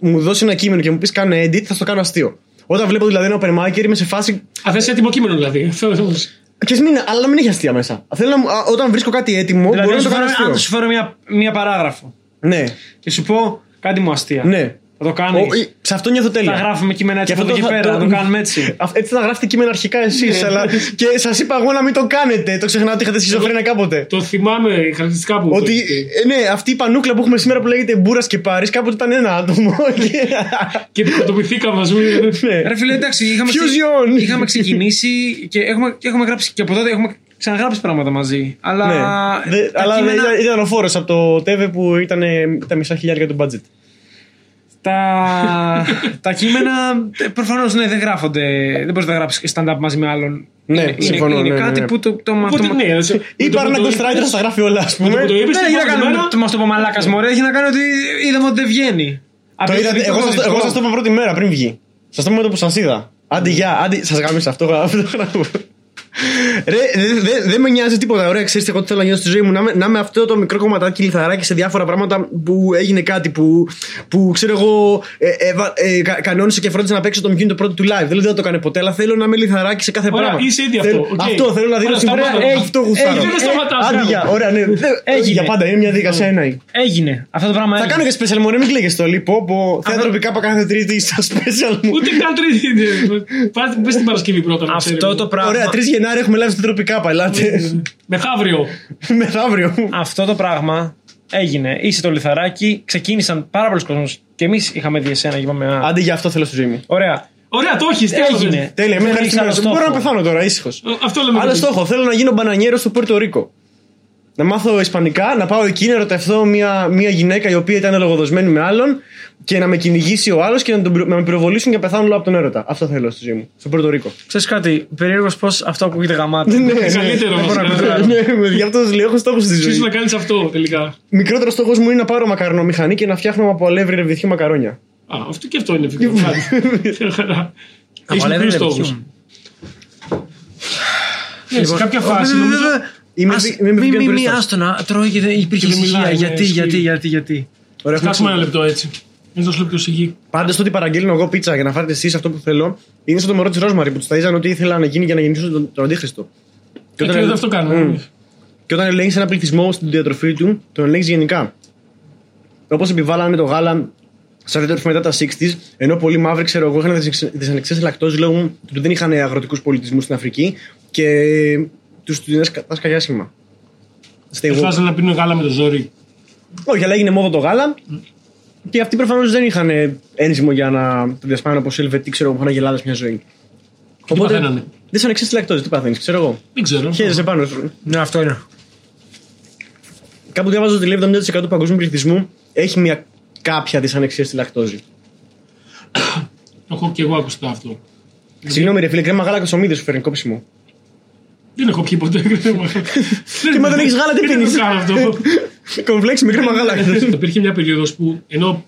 S2: μου δώσεις ένα κείμενο και μου πεις κάνε edit, θα στο κάνω αστείο. Όταν βλέπω δηλαδή ένα open micer, είμαι σε φάση.
S1: Α, θες έτοιμο κείμενο δηλαδή. *laughs*
S2: Και ας μην είναι, αλλά να μην έχει αστεία μέσα. Θέλω να, μου- α, όταν βρίσκω κάτι έτοιμο,
S3: Δηλαδή,
S2: μπορώ
S3: αν
S2: να
S3: σου
S2: το κάνω
S3: φέρω- αν σου
S2: αστείο.
S3: φέρω μία- μία παράγραφο
S2: Ναι,
S3: και σου πω κάτι μου αστεία.
S2: ναι.
S3: Θα το
S2: Ο,
S3: κάνει.
S2: ε, σε αυτό νιώθω τέλεια.
S3: Θα γράφουμε κείμενα έτσι
S2: Και
S3: από εδώ
S2: αυτό
S3: και
S2: θα-
S3: πέρα.
S2: το- *laughs*
S3: Θα το κάνουμε έτσι. Ναι.
S2: Αυ- Έτσι θα γράφετε κείμενα αρχικά εσείς, αλλά. και σας είπα εγώ να μην το κάνετε. Το ξεχνάω ότι είχατε σχιζοφρένα κάποτε.
S1: Το θυμάμαι χαρακτηριστικά που.
S2: Ότι ε, ναι, αυτή η πανούκλα που έχουμε σήμερα που λέγεται Μπούρας και Πάρης, κάποτε ήταν ένα άτομο. Και-
S1: Και δικοτομηθήκαμε, ας πούμε.
S2: *laughs* ναι.
S3: Ρε φίλε, εντάξει, είχαμε,
S2: Ποιος
S3: ξε-
S2: γιον?
S3: είχαμε ξεκινήσει και έχουμε, και έχουμε γράψει και από τότε έχουμε ξαναγράψει πράγματα μαζί. Αλλά.
S2: Ναι. Δε-
S3: τα
S2: αλλά
S3: κείμενα-
S2: ήταν, ήταν ο φόρος από το ΤΕΒΕ που ήταν ε, τα μισά χιλιάρια του budget.
S3: Τα, τα κείμενα προφανώς ναι, δεν γράφονται. Δεν μπορείς να γράψει stand-up μαζί με άλλον.
S2: Ναι,
S3: είναι,
S2: συμφωνώ,
S3: Είναι,
S2: ναι,
S3: είναι
S2: ναι,
S3: κάτι
S2: ναι.
S3: που το. το, το,
S1: Οπότε
S3: το
S1: ναι, έτσι.
S2: Ή πάρει ένα ghostwriter, θα τα γράφει όλα, ας πούμε.
S1: το είπες,
S3: ναι,
S1: τι
S3: έχει να
S1: βάζεις
S3: κάνει με
S1: εμένα.
S3: το μας το πω μαλάκα μωρέ, έχει να κάνει ότι είδαμε ότι δεν βγαίνει.
S2: Το
S3: Απλά
S2: είδατε,
S3: δεν
S2: εγώ
S3: το
S2: σας-
S3: βάζεις,
S2: εγώ σας το είπα πρώτη μέρα πριν βγει. Σας το είπα με το που σας είδα. Άντε, γεια, άντε, σας γάμισα αυτό. αυτό γράφω. Ρε, δεν δε, δε με νοιάζει τίποτα. Ωραία, ξέρετε, εγώ τι θέλω να γίνω στη ζωή μου. Να είμαι, να είμαι αυτό το μικρό κομματάκι λιθαράκι σε διάφορα πράγματα που έγινε κάτι που, που ξέρω εγώ, ε, ε, βα- ε, κα- κανόνισε και φρόντισε να παίξω το μκίνι το πρώτο του live. Δεν λέω ότι θα το κάνει ποτέ, αλλά θέλω να είμαι λιθαράκι σε κάθε
S1: Ωραία,
S2: πράγμα.
S1: είσαι ήδη
S2: Θέλω-
S1: αυτό, οκ.
S2: Αυτό θέλω να δίνω
S1: Ωραία,
S2: στην πρέα.
S1: σταμάτα.
S2: Αυτό γουστάρω.
S1: δεν το
S2: Ε,
S1: σταματάς,
S2: Άντε,
S1: μπράβο.
S2: γεια, ωραία, ναι. Ε,
S3: Έγινε.
S2: Για πάντα, είναι μια διαδικασία ένα.
S3: Έγινε. Αυτό το πράγμα
S2: Θα
S3: έγινε.
S2: κάνω και special μου, ρε, μην κλαίγε το λίπο. Πω, θέατρο πικά κάθε Τρίτη στα special μου.
S1: Ούτε καν τρίτη.
S2: *laughs*
S1: Πάρτε πες την Παρασκευή πρώτα. να
S3: Αυτό
S1: ξέρουμε.
S3: το πράγμα.
S2: Ωραία, 3 Γενάρη έχουμε live στο θέατρο πικά, ελάτε.
S1: Μεθαύριο.
S2: ναι. Μεθαύριο.
S3: αυτό το πράγμα έγινε. Είσαι το λιθαράκι, ξεκίνησαν πάρα πολλοί κόσμοι και εμείς είχαμε δει εσένα και είπαμε. «Α,
S2: Άντε για αυτό θέλω στη ζωή μου.
S3: Ωραία.
S1: Ωραία, το έχεις.
S3: Έγινε.
S2: Τέλεια, είμαι
S3: Δεν
S2: ευχαριστημένο.
S3: έχεις άλλο
S2: Μπορώ να
S3: στόχο.
S2: πεθάνω τώρα, ήσυχος.
S1: Αυτό λέμε.
S2: Άλλο στόχο, θέλω να γίνω μπανανιέρος στο Πόρτο Ρίκο. Να μάθω Ισπανικά, να πάω εκεί να ερωτευτώ μια, μια γυναίκα η οποία ήταν λογοδοσμένη με άλλον και να με κυνηγήσει ο άλλος και να, τον, πυρο- να με πυροβολήσουν και να πεθάνω όλο από τον έρωτα. Αυτό θέλω στη ζωή μου, στο Πόρτο Ρίκο.
S3: Ξέρεις κάτι, περίεργος πως αυτό ακούγεται γαμάτο.
S1: Καλύτερο
S3: μπορώ να
S1: βασικά.
S3: καταλάβω.
S2: Ναι, με αυτό λέω, έχω στόχο στη ζωή.
S1: Ξέρεις να κάνεις αυτό τελικά.
S2: Μικρότερο στόχος μου είναι να πάρω μακαρονομηχανή και να φτιάχνω από αλεύρι ρεβιθιού μακαρόνια.
S1: Α, αυτό και αυτό είναι εφικτό.
S2: Λοιπόν.
S1: Έχει
S3: Απολεύει
S1: μικρού
S3: την
S1: στόχου.
S3: επιτυχία μου.
S1: Ναι,
S3: Λοιπόν,
S1: Σε κάποια φάση.
S3: Δε, δε,
S1: νομίζω-
S3: δε, δε.
S2: Είμαι
S3: Ας-
S2: βι- είμαι
S3: μη-
S2: vegan
S3: μη- Μη
S2: πυρίστας.
S3: άστο να τρώει και δεν υπήρχε
S1: Και δεν
S3: ησυχία.
S1: μιλάει, ναι,
S3: Γιατί,
S1: ισχύει.
S3: γιατί, γιατί, γιατί.
S2: Ωραία,
S1: Φτάσουμε ένα λεπτό έτσι. Είναι τόσο λίγο πιο σιγή.
S2: Πάντω, το ότι παραγγέλνω εγώ πίτσα για να φάτε εσείς αυτό που θέλω, είναι σαν το μωρό της Ρόσμαρη που τους ταΐζαν ότι ήθελα να γίνει για να γεννήσουν τον, τον Αντίχριστο.
S1: Και
S2: όταν-
S1: δεν αυτό κάνουμε.
S2: Και όταν ελέγχεις ένα πληθυσμό στην διατροφή του, τον ελέγχεις γενικά. Όπως επιβάλλανε το γάλα σε Ρέντορφ μετά τα 60s, ενώ πολλοί μαύροι, ξέρω εγώ, είχαν δυσανεξία λακτόζη λόγω του ότι δεν είχαν αγροτικούς πολιτισμούς στην Αφρική και τους του δίνανε τα σκαλιά σχήμα. Stay woke.
S1: Προσπάθησαν να πίνουν γάλα με το ζόρι.
S2: Όχι, αλλά έγινε μόδο το γάλα. Και αυτοί προφανώς δεν είχαν ένσημο για να το διασπάνε όπως οι Ελβετοί, ξέρω εγώ, που είχαν γελάδες μια ζωή.
S1: παθαίνανε?
S2: δεν σαν εξής λακτόζη, τι παθαίνεις, ξέρω εγώ.
S1: Δεν ξέρω.
S2: Χαίρεσαι πάνω σου.
S3: Ναι, αυτό είναι.
S2: Κάπου διαβάζω ότι λέει 70% του παγκόσμιου πληθυσμού έχει μια κάποια δυσανεξία στη λακτόζη.
S1: Το έχω και εγώ ακουστά αυτό.
S2: Συγγνώμη, ρε φίλε, κρέμα γάλα κοσομίδε σου φέρνει κόψιμο.
S1: Δεν έχω πιει
S2: *laughs*
S1: ποτέ.
S2: Και μα δεν έχεις γάλα, τι
S1: Δεν
S2: πίνεις?
S1: το κάνω
S2: *laughs*
S1: αυτό. Ε,
S2: Κομφλέξ με κρέμα γάλα.
S1: Υπήρχε μια περίοδος που ενώ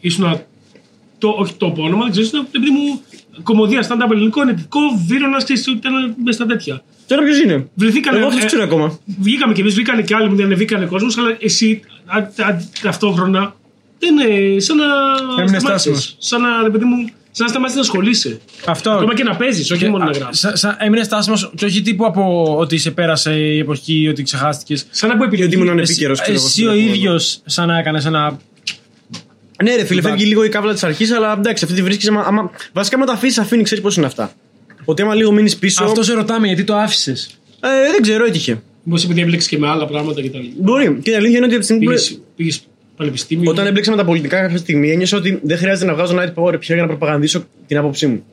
S1: ήσουν. Το, όχι το όνομα, δεν ξέρω, ήσουν επειδή μου κομμωδία stand-up ελληνικό, νετικό, βίρονας και ήταν μέσα στα τέτοια.
S2: Τώρα ποιος είναι.
S1: Βρεθήκανε.
S2: Εγώ αυτό
S1: ε,
S2: ξέρω ακόμα.
S1: Βγήκαμε κι εμείς, βγήκανε κι άλλοι, μου δεν ανεβήκανε κόσμος, αλλά εσύ α, α, ταυτόχρονα δεν είναι. Σαν να.
S3: Έμεινε
S1: σταμάτησες.
S3: στάσιμος.
S1: Σαν να, ρε παιδί μου, σαν να σταμάτησε να ασχολείσαι.
S3: Αυτό.
S1: Ακόμα και να παίζεις,
S2: Ε,
S1: όχι μόνο να γράφεις.
S3: Σα- σα- Έμεινες στάσιμος και όχι τύπου από ότι σε πέρασε η εποχή, ότι ξεχάστηκες.
S1: Σαν να πω
S2: Γιατί ήμουν
S1: επιτυχία.
S2: ανεπίκαιρος.
S3: Εσύ ο ίδιος, σαν να έκανες ένα.
S2: Ναι, ρε φίλε, φεύγει λίγο η καύλα της αρχής, αλλά εντάξει, αυτή τη βρίσκεις. Άμα, άμα, βασικά, άμα τα αφήσεις, αφήνει, ξέρεις πώς είναι αυτά. Ότι άμα λίγο μείνεις πίσω.
S3: Αυτό σε ρωτάμε γιατί το άφησες.
S2: Ε, δεν ξέρω, έτυχε.
S1: Μήπως επειδή έμπλεξε και με άλλα πράγματα κτλ.
S2: Μπορεί. Και η αλήθεια είναι ότι από τη στιγμή που-
S1: Πήγες πανεπιστήμιο.
S2: Όταν έμπλεξα με τα πολιτικά κάποια στιγμή, ένιωσα ότι δεν χρειάζεται να βγάζω ένα power πια για να προπαγανδίσω την άποψή μου.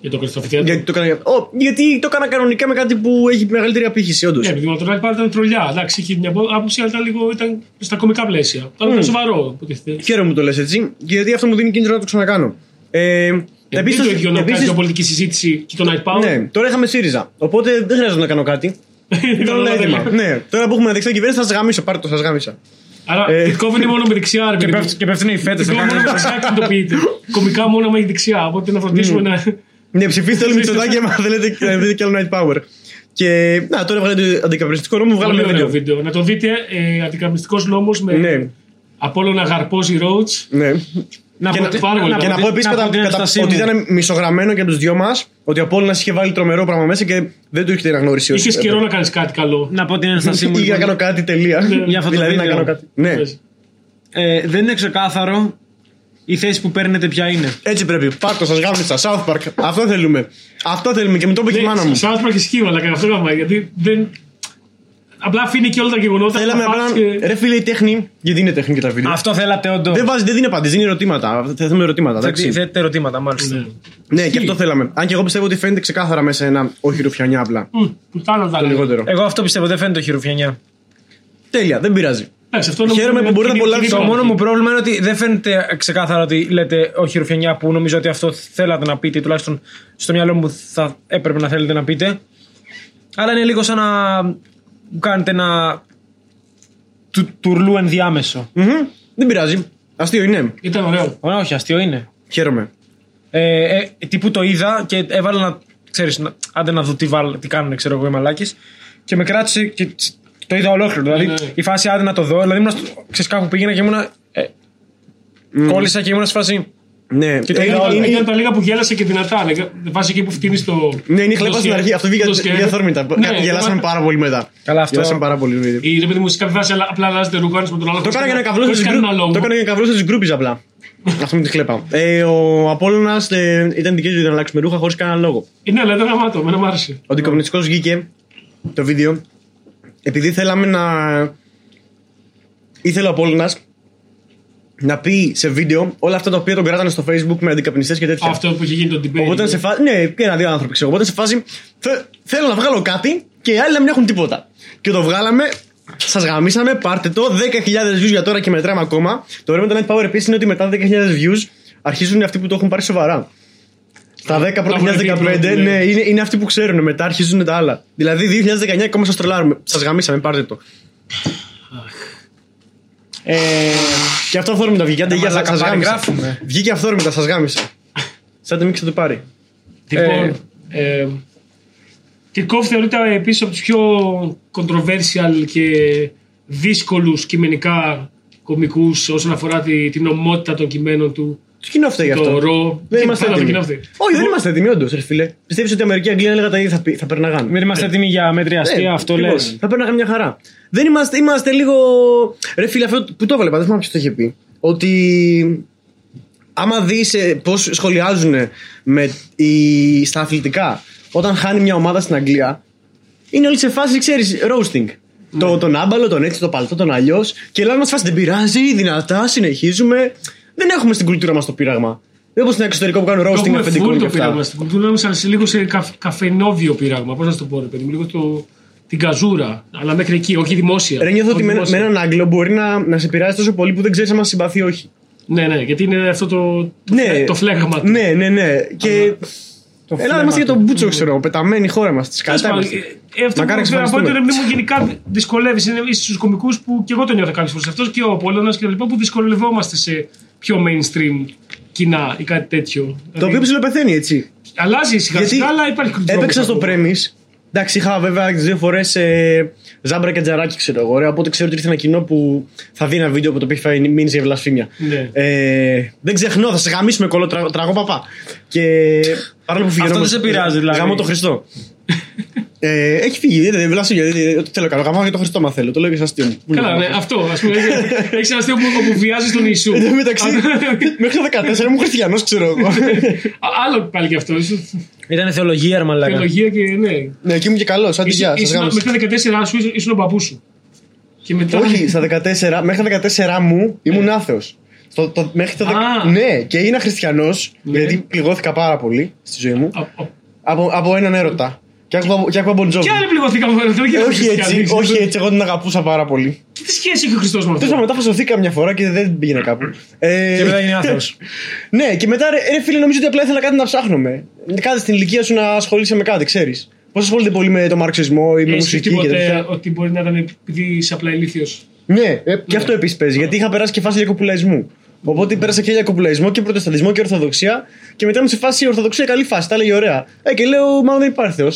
S1: Για το Χριστοφιδέατο.
S2: Γιατί το έκανα, Ω, γιατί το έκανα κανονικά με κάτι που έχει μεγαλύτερη απήχηση, όντως.
S1: Ναι, επειδή μου τώρα ήταν τρολιά. Εντάξει, είχε μια άποψη, αλλά ήταν λίγο ήταν στα κομικά πλαίσια. Τώρα ήταν σοβαρό. υποτίθεται.
S2: Χαίρομαι που το λες έτσι, γιατί αυτό μου δίνει κίνητρο να το ξανακάνω. Ε,
S1: Δεν είναι το ίδιο να κάνει μια πολιτική συζήτηση και το Night Power. *laughs*
S2: ναι, τώρα είχαμε ΣΥΡΙΖΑ. Οπότε δεν χρειάζεται να κάνω κάτι.
S1: Ήταν
S2: Ήταν
S1: όλα
S2: όλα έτοιμα.
S1: τέλεια.
S2: ναι, τώρα που έχουμε δεξιά κυβέρνηση θα σας γαμίσω. Πάρτε το, σας γάμισα.
S1: Άρα
S2: Ε.
S1: κόβουν μόνο με δεξιά. ρε
S3: Και
S1: παιδί μου.
S3: πέφτουν- Και πέφτουν οι φέτες.
S1: Κόβουν μόνο με δεξιά κινητοποιείται. Κομικά μόνο με δεξιά. Οπότε να φροντίσουμε να.
S2: Ναι, ψηφίστε όλοι Μητσοτάκη άμα θέλετε να δείτε και άλλο Night Power. Και να, τώρα βγάλετε αντικαπριστικό νόμο, βγάλαμε
S1: Πολύ ωραίο
S2: βίντεο.
S1: βίντεο. Να το δείτε. Ε, Αντικαπνιστικό νόμο
S2: Ναι,
S1: με Απόλαιο να γαρπόζει Ρότ.
S2: ναι.
S1: Να
S2: Και
S1: πω
S2: να-
S1: πάρα πολύ.
S2: Και να πω επίση
S3: να
S2: κατά,
S3: πω την
S2: κατά-
S3: ένστασή
S2: ότι
S3: μου.
S2: ήταν μισογραμμένο και από τους δυο μας ότι ο Πόλνα είχε βάλει τρομερό πράγμα μέσα και δεν του είχε την αναγνώριση. ως-
S1: Είχε καιρό να κάνεις κάτι καλό.
S3: Να πω την ένστασή μου.
S2: *laughs* Ή να
S3: λοιπόν.
S2: κάνω κάτι τελεία.
S3: Για αυτό το
S2: δηλαδή να
S3: βίντεο.
S2: κάνω κάτι. Ναι.
S1: Πες.
S3: Ε, Δεν είναι ξεκάθαρο η θέση που παίρνετε ποια είναι.
S2: Έτσι πρέπει. Πάρτο, σας γάμισα. South Park. Αυτό θέλουμε. Αυτό θέλουμε. Και μην το πει και
S1: Ναι,
S2: η μάνα μου.
S1: Σαν άσπρα και σχήμα, αλλά κατά αυτό γαμάει. Γιατί δεν. Απλά αφήνει και όλα τα γεγονότα.
S2: Θέλαμε
S1: τα
S2: απλά.
S1: facts
S2: να- Ε,
S1: και-
S2: Ρε φίλε, η τέχνη. Γιατί είναι τέχνη και τα βίντεο.
S3: Αυτό θέλατε όντως.
S2: Ναι. Δεν βάζει, δεν δίνει απάντηση, δίνει ερωτήματα. Θέλουμε ερωτήματα. εντάξει.
S3: Θέτετε ερωτήματα, μάλιστα.
S1: Ναι.
S2: Ναι, και αυτό θέλαμε. Αν και εγώ πιστεύω ότι φαίνεται ξεκάθαρα μέσα ένα όχι ρουφιανιά απλά.
S1: Μμ, Πουτάνα τα
S2: Το
S1: λέω.
S2: λιγότερο.
S3: Εγώ αυτό πιστεύω, δεν φαίνεται χειρουφιανιά.
S2: Τέλεια, δεν πειράζει.
S1: Εντάξει, αυτό είναι-
S2: Χαίρομαι που
S1: είναι
S2: μπορείτε να
S1: κοινή-
S2: απολαύσετε.
S1: κοινή
S3: Το
S2: Ναι.
S3: μόνο
S1: πραγματική.
S3: μου πρόβλημα είναι ότι δεν φαίνεται ξεκάθαρα ότι λέτε όχι ρουφιανιά που νομίζω ότι αυτό θέλατε να πείτε, τουλάχιστον στο μυαλό μου θα έπρεπε να θέλετε να πείτε. Αλλά είναι λίγο σαν να κάνετε ένα του, τουρλού ενδιάμεσο.
S2: Μμμ. Δεν πειράζει. Αστείο είναι.
S1: Ήταν ωραίο.
S3: Ωραία, όχι, αστείο είναι.
S2: Χαίρομαι.
S3: Ε, ε, τύπου το είδα και έβαλα να. ξέρεις, να, άντε να δω τι, βάλ, τι κάνουν, ξέρω εγώ, οι μαλάκες Και με κράτησε και τσ- το είδα ολόκληρο. Δηλαδή
S1: Ναι, ναι.
S3: η φάση άντε να το δω. Δηλαδή ήμουν. στο- ξέρεις, κάπου πήγαινα και ήμουν. Ε, Κόλλησα και ήμουν σε φάση.
S2: Ναι,
S3: το
S2: Ε,
S1: Ήταν
S3: είδα
S1: τα-
S2: είναι-
S1: Ήταν τα λίγα που γέλασε και δυνατά. λέγα- Βάζει εκεί που φτύνεις το.
S2: Ναι, είναι η
S1: το
S2: χλέπα στην
S1: σκε-
S2: αρχή. Αυτό
S1: το
S2: βγήκε
S1: σκε-
S2: διαθόρμητα.
S1: Ναι,
S2: Γελάσαμε
S1: το-
S2: πάρα πολύ μετά.
S3: Καλά, αυτό-
S2: Γελάσαμε πάρα πολύ. βέβαια.
S1: Ή ρε παιδί μου, σε κάποια φάση αλλά απλά αλλάζετε ρούχα ένας με τον άλλο.
S2: Το έκανα για να καβλώσω
S1: Χωρίς
S2: τις
S1: κανένα
S2: γκρου-
S1: λόγο.
S2: Το έκανα για να καβλώσω τις γκρούπις
S1: *laughs*
S2: απλά. Αυτό με τη χλέπα. Ε, ο Απόλλωνας ε, ήταν δική του ιδέα να αλλάξουμε ρούχα χωρίς κανένα λόγο.
S1: Ε, Ναι, αλλά ήταν γαμάτο. Εμένα μου άρεσε.
S2: Ο αντικομουνιστικό βγήκε το βίντεο επειδή θέλαμε να. ήθελε ο Απόλυνα να πει σε βίντεο όλα αυτά τα οποία τον κράτανε στο Facebook με αντικαπνιστές και τέτοια.
S1: Αυτό που είχε γίνει το debate.
S2: Οπότε ήταν σε φάση. Ναι, και ένα-δύο άνθρωποι ξέρω. Οπότε σε φάση. «Θε- Θέλω να βγάλω κάτι και οι άλλοι να μην έχουν τίποτα. Και το βγάλαμε. Σας γαμίσαμε, πάρτε το. 10.000 views για τώρα και μετράμε ακόμα. Το ωραίο με το Night Power επίσης είναι ότι μετά τα 10.000 views αρχίζουν αυτοί που το έχουν πάρει σοβαρά. Στα 10
S1: Τα
S2: πρώτα
S1: έχουν δει
S2: 2015,
S1: πρώτοι, ναι.
S2: ναι, είναι, είναι αυτοί που ξέρουν. Μετά αρχίζουν τα άλλα. Δηλαδή 2019 ακόμα σα τρελάρουμε. Σας γαμίσαμε, πάρτε το.
S3: Ε,
S2: Και αυτό αυθόρμητα βγήκε. Άντε,
S3: Τα
S2: γεια σα,
S3: μαλακαπάρι
S2: γάμισα.
S3: γράφουμε.
S2: Βγήκε αυθόρμητα, σας γάμισα. Σαν να μην πάρει.
S1: Λοιπόν, ε, και Κόφ θεωρείται επίσης από τους πιο controversial και δύσκολους κειμενικά κομικούς όσον αφορά τη, την ομότητα των κειμένων του.
S2: Τι κοινό αυτό για
S1: Το
S2: αυτό.
S1: ρο.
S2: Δεν είμαστε
S1: Πάντα το
S2: έτοιμοι.
S1: κοινό αυτή.
S2: Όχι, δεν είμαστε έτοιμοι, όντως, ρε φίλε. Πιστεύεις ότι η Αμερική και η Αγγλία έλεγα τα ίδια θα, πει- θα περνάγαν.
S3: δεν είμαστε έτοιμοι για μέτρια αστεία,
S2: Ε,
S3: αυτό λε.
S2: ακριβώς. Θα περνάγαν μια χαρά. Δεν είμαστε, είμαστε λίγο. Ρε φίλε, αυτό που το έβλεπα, δεν θυμάμαι ποιος το είχε πει. Ότι άμα δεις πώ σχολιάζουν με, οι, στα αθλητικά όταν χάνει μια ομάδα στην Αγγλία, είναι όλοι σε φάση, ξέρεις, roasting.
S1: Ναι.
S2: Το, τον άμπαλο, τον έτσι, το παλτό, τον αλλιώς. Και λέμε, μα φάση δεν πειράζει, δυνατά, συνεχίζουμε. Δεν έχουμε στην κουλτούρα μας το πείραγμα. Δεν όπω στην εξωτερικό που κάνουν roasting
S1: Το
S2: με
S1: έχουμε full
S2: πεντηκόν και
S1: το
S2: αυτά.
S1: πείραγμα στην κουλτούρα μας, αλλά σε λίγο σε καφ, καφενόβιο πείραγμα. Πώς να σου το πω, ρε παιδί μου, λίγο το, την καζούρα. Αλλά μέχρι εκεί, όχι δημόσια.
S2: Ρε, νιώθω
S1: Όχι
S2: ότι με, με
S1: δημόσια.
S2: έναν Άγγλο μπορεί να, να σε πειράζει τόσο πολύ που δεν ξέρεις αν μας συμπαθεί ή όχι.
S1: Ναι, ναι, γιατί είναι αυτό το, το,
S2: Ναι.
S1: φλε- το φλέγμα του.
S2: Ναι, ναι, ναι. Και. Ελλάδα είμαστε για τον Μπούτσο, ξέρω. Πεταμένη η χώρα μας. Της
S1: Τέλος πάντων,
S2: κατάμαστε.
S1: ε, Αυτό
S2: Μακάρι
S1: που θέλω να πω
S2: εξαφανιστούμε.
S1: είναι ρε παιδί μου, γενικά δυσκολεύεις. Είναι στου κομικούς που και εγώ το νιώθω κάποιες φορές αυτός και ο Απόλαιο και τα λοιπά που δυσκολευόμαστε σε πιο mainstream κοινά ή κάτι τέτοιο.
S2: Το
S1: Δηλαδή,
S2: οποίο ψιλοπεθαίνει, έτσι.
S1: αλλάζει σιγά
S2: Γιατί
S1: σιγά, αλλά υπάρχει κουλτούρα.
S2: έπαιξα στο
S1: ακόμα.
S2: πρέμι. Εντάξει, είχα βέβαια τις δύο φορές ε, ζάμπρα και τζαράκι, ξέρω εγώ. Ρε, οπότε ξέρω ότι ήρθε ένα κοινό που θα δει ένα βίντεο που το οποίο έχει μείνει για βλασφήμια.
S1: Ναι.
S2: Ε, δεν ξεχνώ, θα σε γαμίσουμε κολλό τραγώ, τραγώ παπά. Και παρόλο που φυγαίνω.
S3: Αυτό
S2: όμως,
S3: δεν σε πειράζει, δηλαδή.
S2: Γαμώ το Χριστό. ε, έχει φύγει, δεν βλασφήμια. δεν- δεν- Ό,τι θέλω κάνω. Γαμάω για το Χριστό, μα θέλω. Το λέω και σε αστείο. μου.
S1: Καλά, ναι, αυτό. Ας πούμε, έχει ένα αστείο που, όπου βιάζει τον Ιησού.
S2: Εν τω μεταξύ,
S1: Α,
S2: μέχρι το 14 ήμουν χριστιανός, ξέρω εγώ.
S1: *laughs* Άλλο πάλι και αυτό. ίσως
S3: Ήταν θεολογία, ρε μαλάκα.
S1: Θεολογία και ναι.
S2: ναι, εκεί ήμουν και καλός. Άντε,
S1: Ήσουν-
S2: γεια, σα
S1: ήσουν-
S2: γάμισα.
S1: Μέχρι τα 14 σου ήσουν- ήσουν ο παππού σου. Και μετά.
S2: Όχι, στα 14, μέχρι τα 14 μου ήμουν άθεο. Το, το, μέχρι το
S1: Α.
S2: δεκα... Ναι, και έγινα χριστιανός,
S1: Ναι.
S2: γιατί πληγώθηκα πάρα πολύ στη ζωή μου,
S1: Α, α,
S2: από, από έναν έρωτα. Και άκουγα, και άκουγα Bon Jovi.
S1: Και άλλοι πληγωθήκαμε. δεν γίναμε
S2: Ε, Όχι έτσι,
S1: χριστιανοί,
S2: όχι
S1: ξέρω.
S2: έτσι, εγώ την αγαπούσα πάρα πολύ.
S1: δηλαδή. Τι σχέση έχει ο Χριστός με
S2: Τέλο
S1: αυτό.
S2: πάντων, μετά φασωθεί καμιά φορά και δεν πήγαινε κάπου. Ε,
S3: Και μετά έγινε άθεος.
S2: *laughs* ναι, και μετά, ρε, ρε, φίλε, νομίζω ότι απλά ήθελα κάτι να ψάχνω με. Κάτι στην ηλικία σου να ασχολείσαι με κάτι, ξέρεις. Πώς ασχολείται πολύ με τον μαρξισμό ή με
S1: Έχεις σκεφτεί
S2: μουσική και
S1: ποτέ
S2: τέτοια.
S1: ότι μπορεί να ήταν επειδή είσαι απλά ηλίθιος
S2: Ναι, ε, και αυτό επίσης παίζει. Γιατί είχα περάσει και φάση διακοπουλαϊσμού. Οπότε πέρασα και διακοπουλαϊσμό και προτεσταντισμό και ορθοδοξία. Και μετά ήμουν σε φάση ορθοδοξία καλή φάση. Τα έλεγε ωραία. Ε, και λέω, μάλλον δεν υπάρχει Θεός.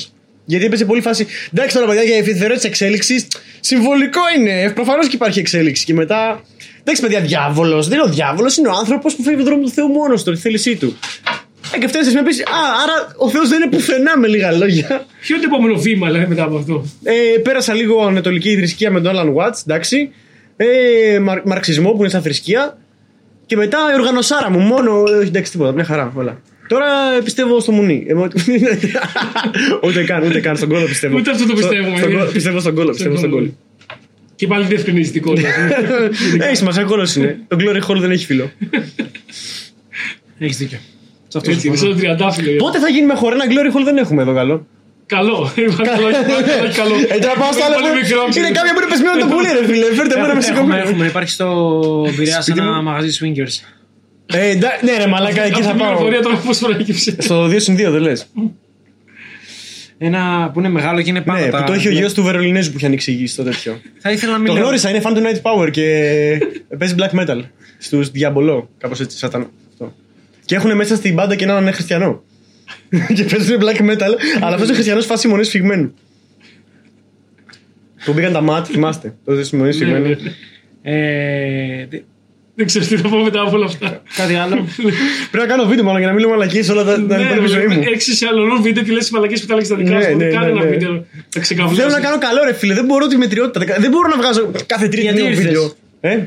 S2: Γιατί έπαιζε πολύ φάση. Εντάξει τώρα, παιδιά, για ευθερό τη εξέλιξη. Συμβολικό είναι. Προφανώς και υπάρχει εξέλιξη. Και μετά. Εντάξει, παιδιά, διάβολος. Δεν είναι ο διάβολος, είναι ο άνθρωπος που φεύγει τον δρόμο του Θεού μόνος του, τη θέλησή του. Ε, και φταίει να πεις, Α, άρα ο Θεός δεν είναι πουθενά με λίγα λόγια.
S1: Ποιο είναι το επόμενο βήμα, λέμε μετά από αυτό.
S2: Ε, πέρασα λίγο ανατολική θρησκεία με τον Alan Watts, εντάξει. Ε, μαρ- μαρξισμό που είναι σαν θρησκεία. Και μετά η οργανωσάρα μου, μόνο. ε, όχι, εντάξει, τίποτα, μια χαρά, όλα. Τώρα ε, πιστεύω στο μουνί. Ε, μα- *laughs* ούτε καν, ούτε καν στον κόλλο πιστεύω.
S1: Ούτε αυτό το
S2: Στο-
S1: πιστεύουμε.
S2: στον κόλλο- πιστεύω στον κόλλο, πιστεύω στον κόλλο.
S1: Και πάλι δεν δηλαδή. φτιάχνει την
S2: *laughs*
S1: κόλλα.
S2: Έχει Ε, σημασία, κόλλο είναι. Το glory hole δεν έχει φίλο.
S3: Έχεις δίκιο. Σε αυτό
S1: Έτσι, μισό
S3: συμφωνώ.
S1: τριαντάφυλλο.
S2: Πότε θα γίνουμε χώρα, ένα glory hole δεν έχουμε εδώ καλό.
S1: λοιπόν. Καλό. Υπάρχει καλό, υπάρχει καλό.
S2: Ε, τώρα πάω στα άλλα.
S1: Πολύ
S2: που-
S1: μικρό.
S2: Είναι κάποια που είναι πεσμένο το πουλί, ρε φίλε. Φέρτε μένα με
S3: Έχουμε,
S2: σηκωμένο.
S3: έχουμε, υπάρχει στο Πειραιά σε
S2: Σπίτι
S3: ένα
S2: μου.
S3: μαγαζί swingers.
S2: Ε, εντά- Ναι, ρε, μαλάκα, εκεί
S1: Αυτή
S2: θα
S1: η
S2: πάω.
S1: πληροφορία τώρα πώς προέκυψε.
S2: Στο 2 συν 2 δεν λες.
S3: Ένα που είναι μεγάλο και είναι πάνω.
S2: Ναι,
S3: τα...
S2: που το έχει ο γιος του Βερολινέζου που είχε ανοίξει στο τέτοιο.
S3: Θα ήθελα να μην
S2: Το
S3: λέω.
S2: γνώρισα, είναι fan του Night Power και παίζει black metal. Στους Διαμπολό, κάπως έτσι, σατανό. Αυτό. Και έχουν μέσα στην μπάντα και έναν χριστιανό. *laughs* και παίζουν black metal, αλλά αυτός ο χριστιανός φάση μονής σφιγμένου. Του πήγαν τα μάτια, θυμάστε. Τότε στη μονής
S1: Ναι,
S2: σφιγμένου.
S1: ναι.
S3: Ε, τι-
S1: Δεν ξέρω τι θα πω μετά από όλα αυτά.
S3: κάτι άλλο.
S2: Πρέπει να κάνω βίντεο μάλλον για να μην λέω μαλακίες όλα τα
S1: Ναι,
S3: Ναι,
S2: την υπόλοιπη ζωή
S3: ε,
S2: μου.
S1: Έχει σε αλλονό βίντεο και λες τι μαλακίες που τα λέξει τα δικά
S2: Ναι,
S1: σου.
S2: ναι,
S1: Κάνε
S2: ναι,
S1: ένα
S2: ναι.
S1: βίντεο. Θα
S2: Θέλω να
S1: ξεκαβλώσει.
S2: κάνω καλό ρε φίλε, δεν μπορώ τη μετριότητα. Δεν μπορώ να βγάζω κάθε τρίτη
S3: Γιατί
S2: νέο
S3: ήρθες?
S2: βίντεο. Ε?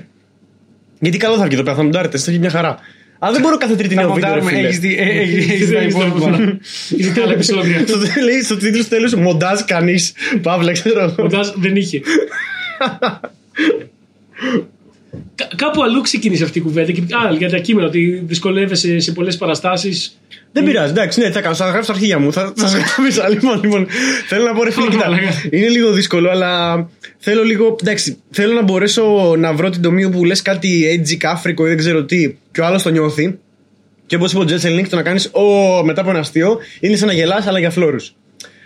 S2: Γιατί καλό θα βγει το πέρα, θα μοντάρετε, θα έχει μια χαρά. Αλλά δεν μπορώ κάθε τρίτη
S3: Θα
S2: νέο βίντεο. ρε φίλε.
S3: μοντάρουμε. Έχεις
S2: *laughs*
S3: δει ε, ε, έχεις δει τα
S1: Έχεις τα
S3: υπόλοιπα.
S1: υπόλοιπα. Είναι τα άλλα επεισόδια.
S2: Στο τε- λέει στο τίτλος στο τέλος μοντάζ κανείς. Παύλα, ξέρω
S1: Ο
S2: εγώ.
S1: Ντάζ δεν είχε. Κα- Κάπου αλλού ξεκίνησε αυτή η κουβέντα. και- Α, για τα κείμενα, ότι δυσκολεύεσαι σε πολλές παραστάσεις.
S2: Δεν πειράζει, εντάξει, ναι, θα κάνω. Θα γράψω στα αρχεία μου. Θα σας γράψω. *laughs* Λοιπόν, λοιπόν, θέλω να πω ρε φίλε,
S1: Ωραία,
S2: κοίτα.
S1: λέγα.
S2: Είναι λίγο δύσκολο, αλλά θέλω λίγο. Εντάξει, θέλω να μπορέσω να βρω την τομή που λες κάτι edgy, κάφρικο ή δεν ξέρω τι, και ο άλλος το νιώθει. Και όπως είπε ο Τζέτσελ Link, το να κάνεις ο μετά από ένα αστείο είναι σαν να γελάς, αλλά για φλόρους.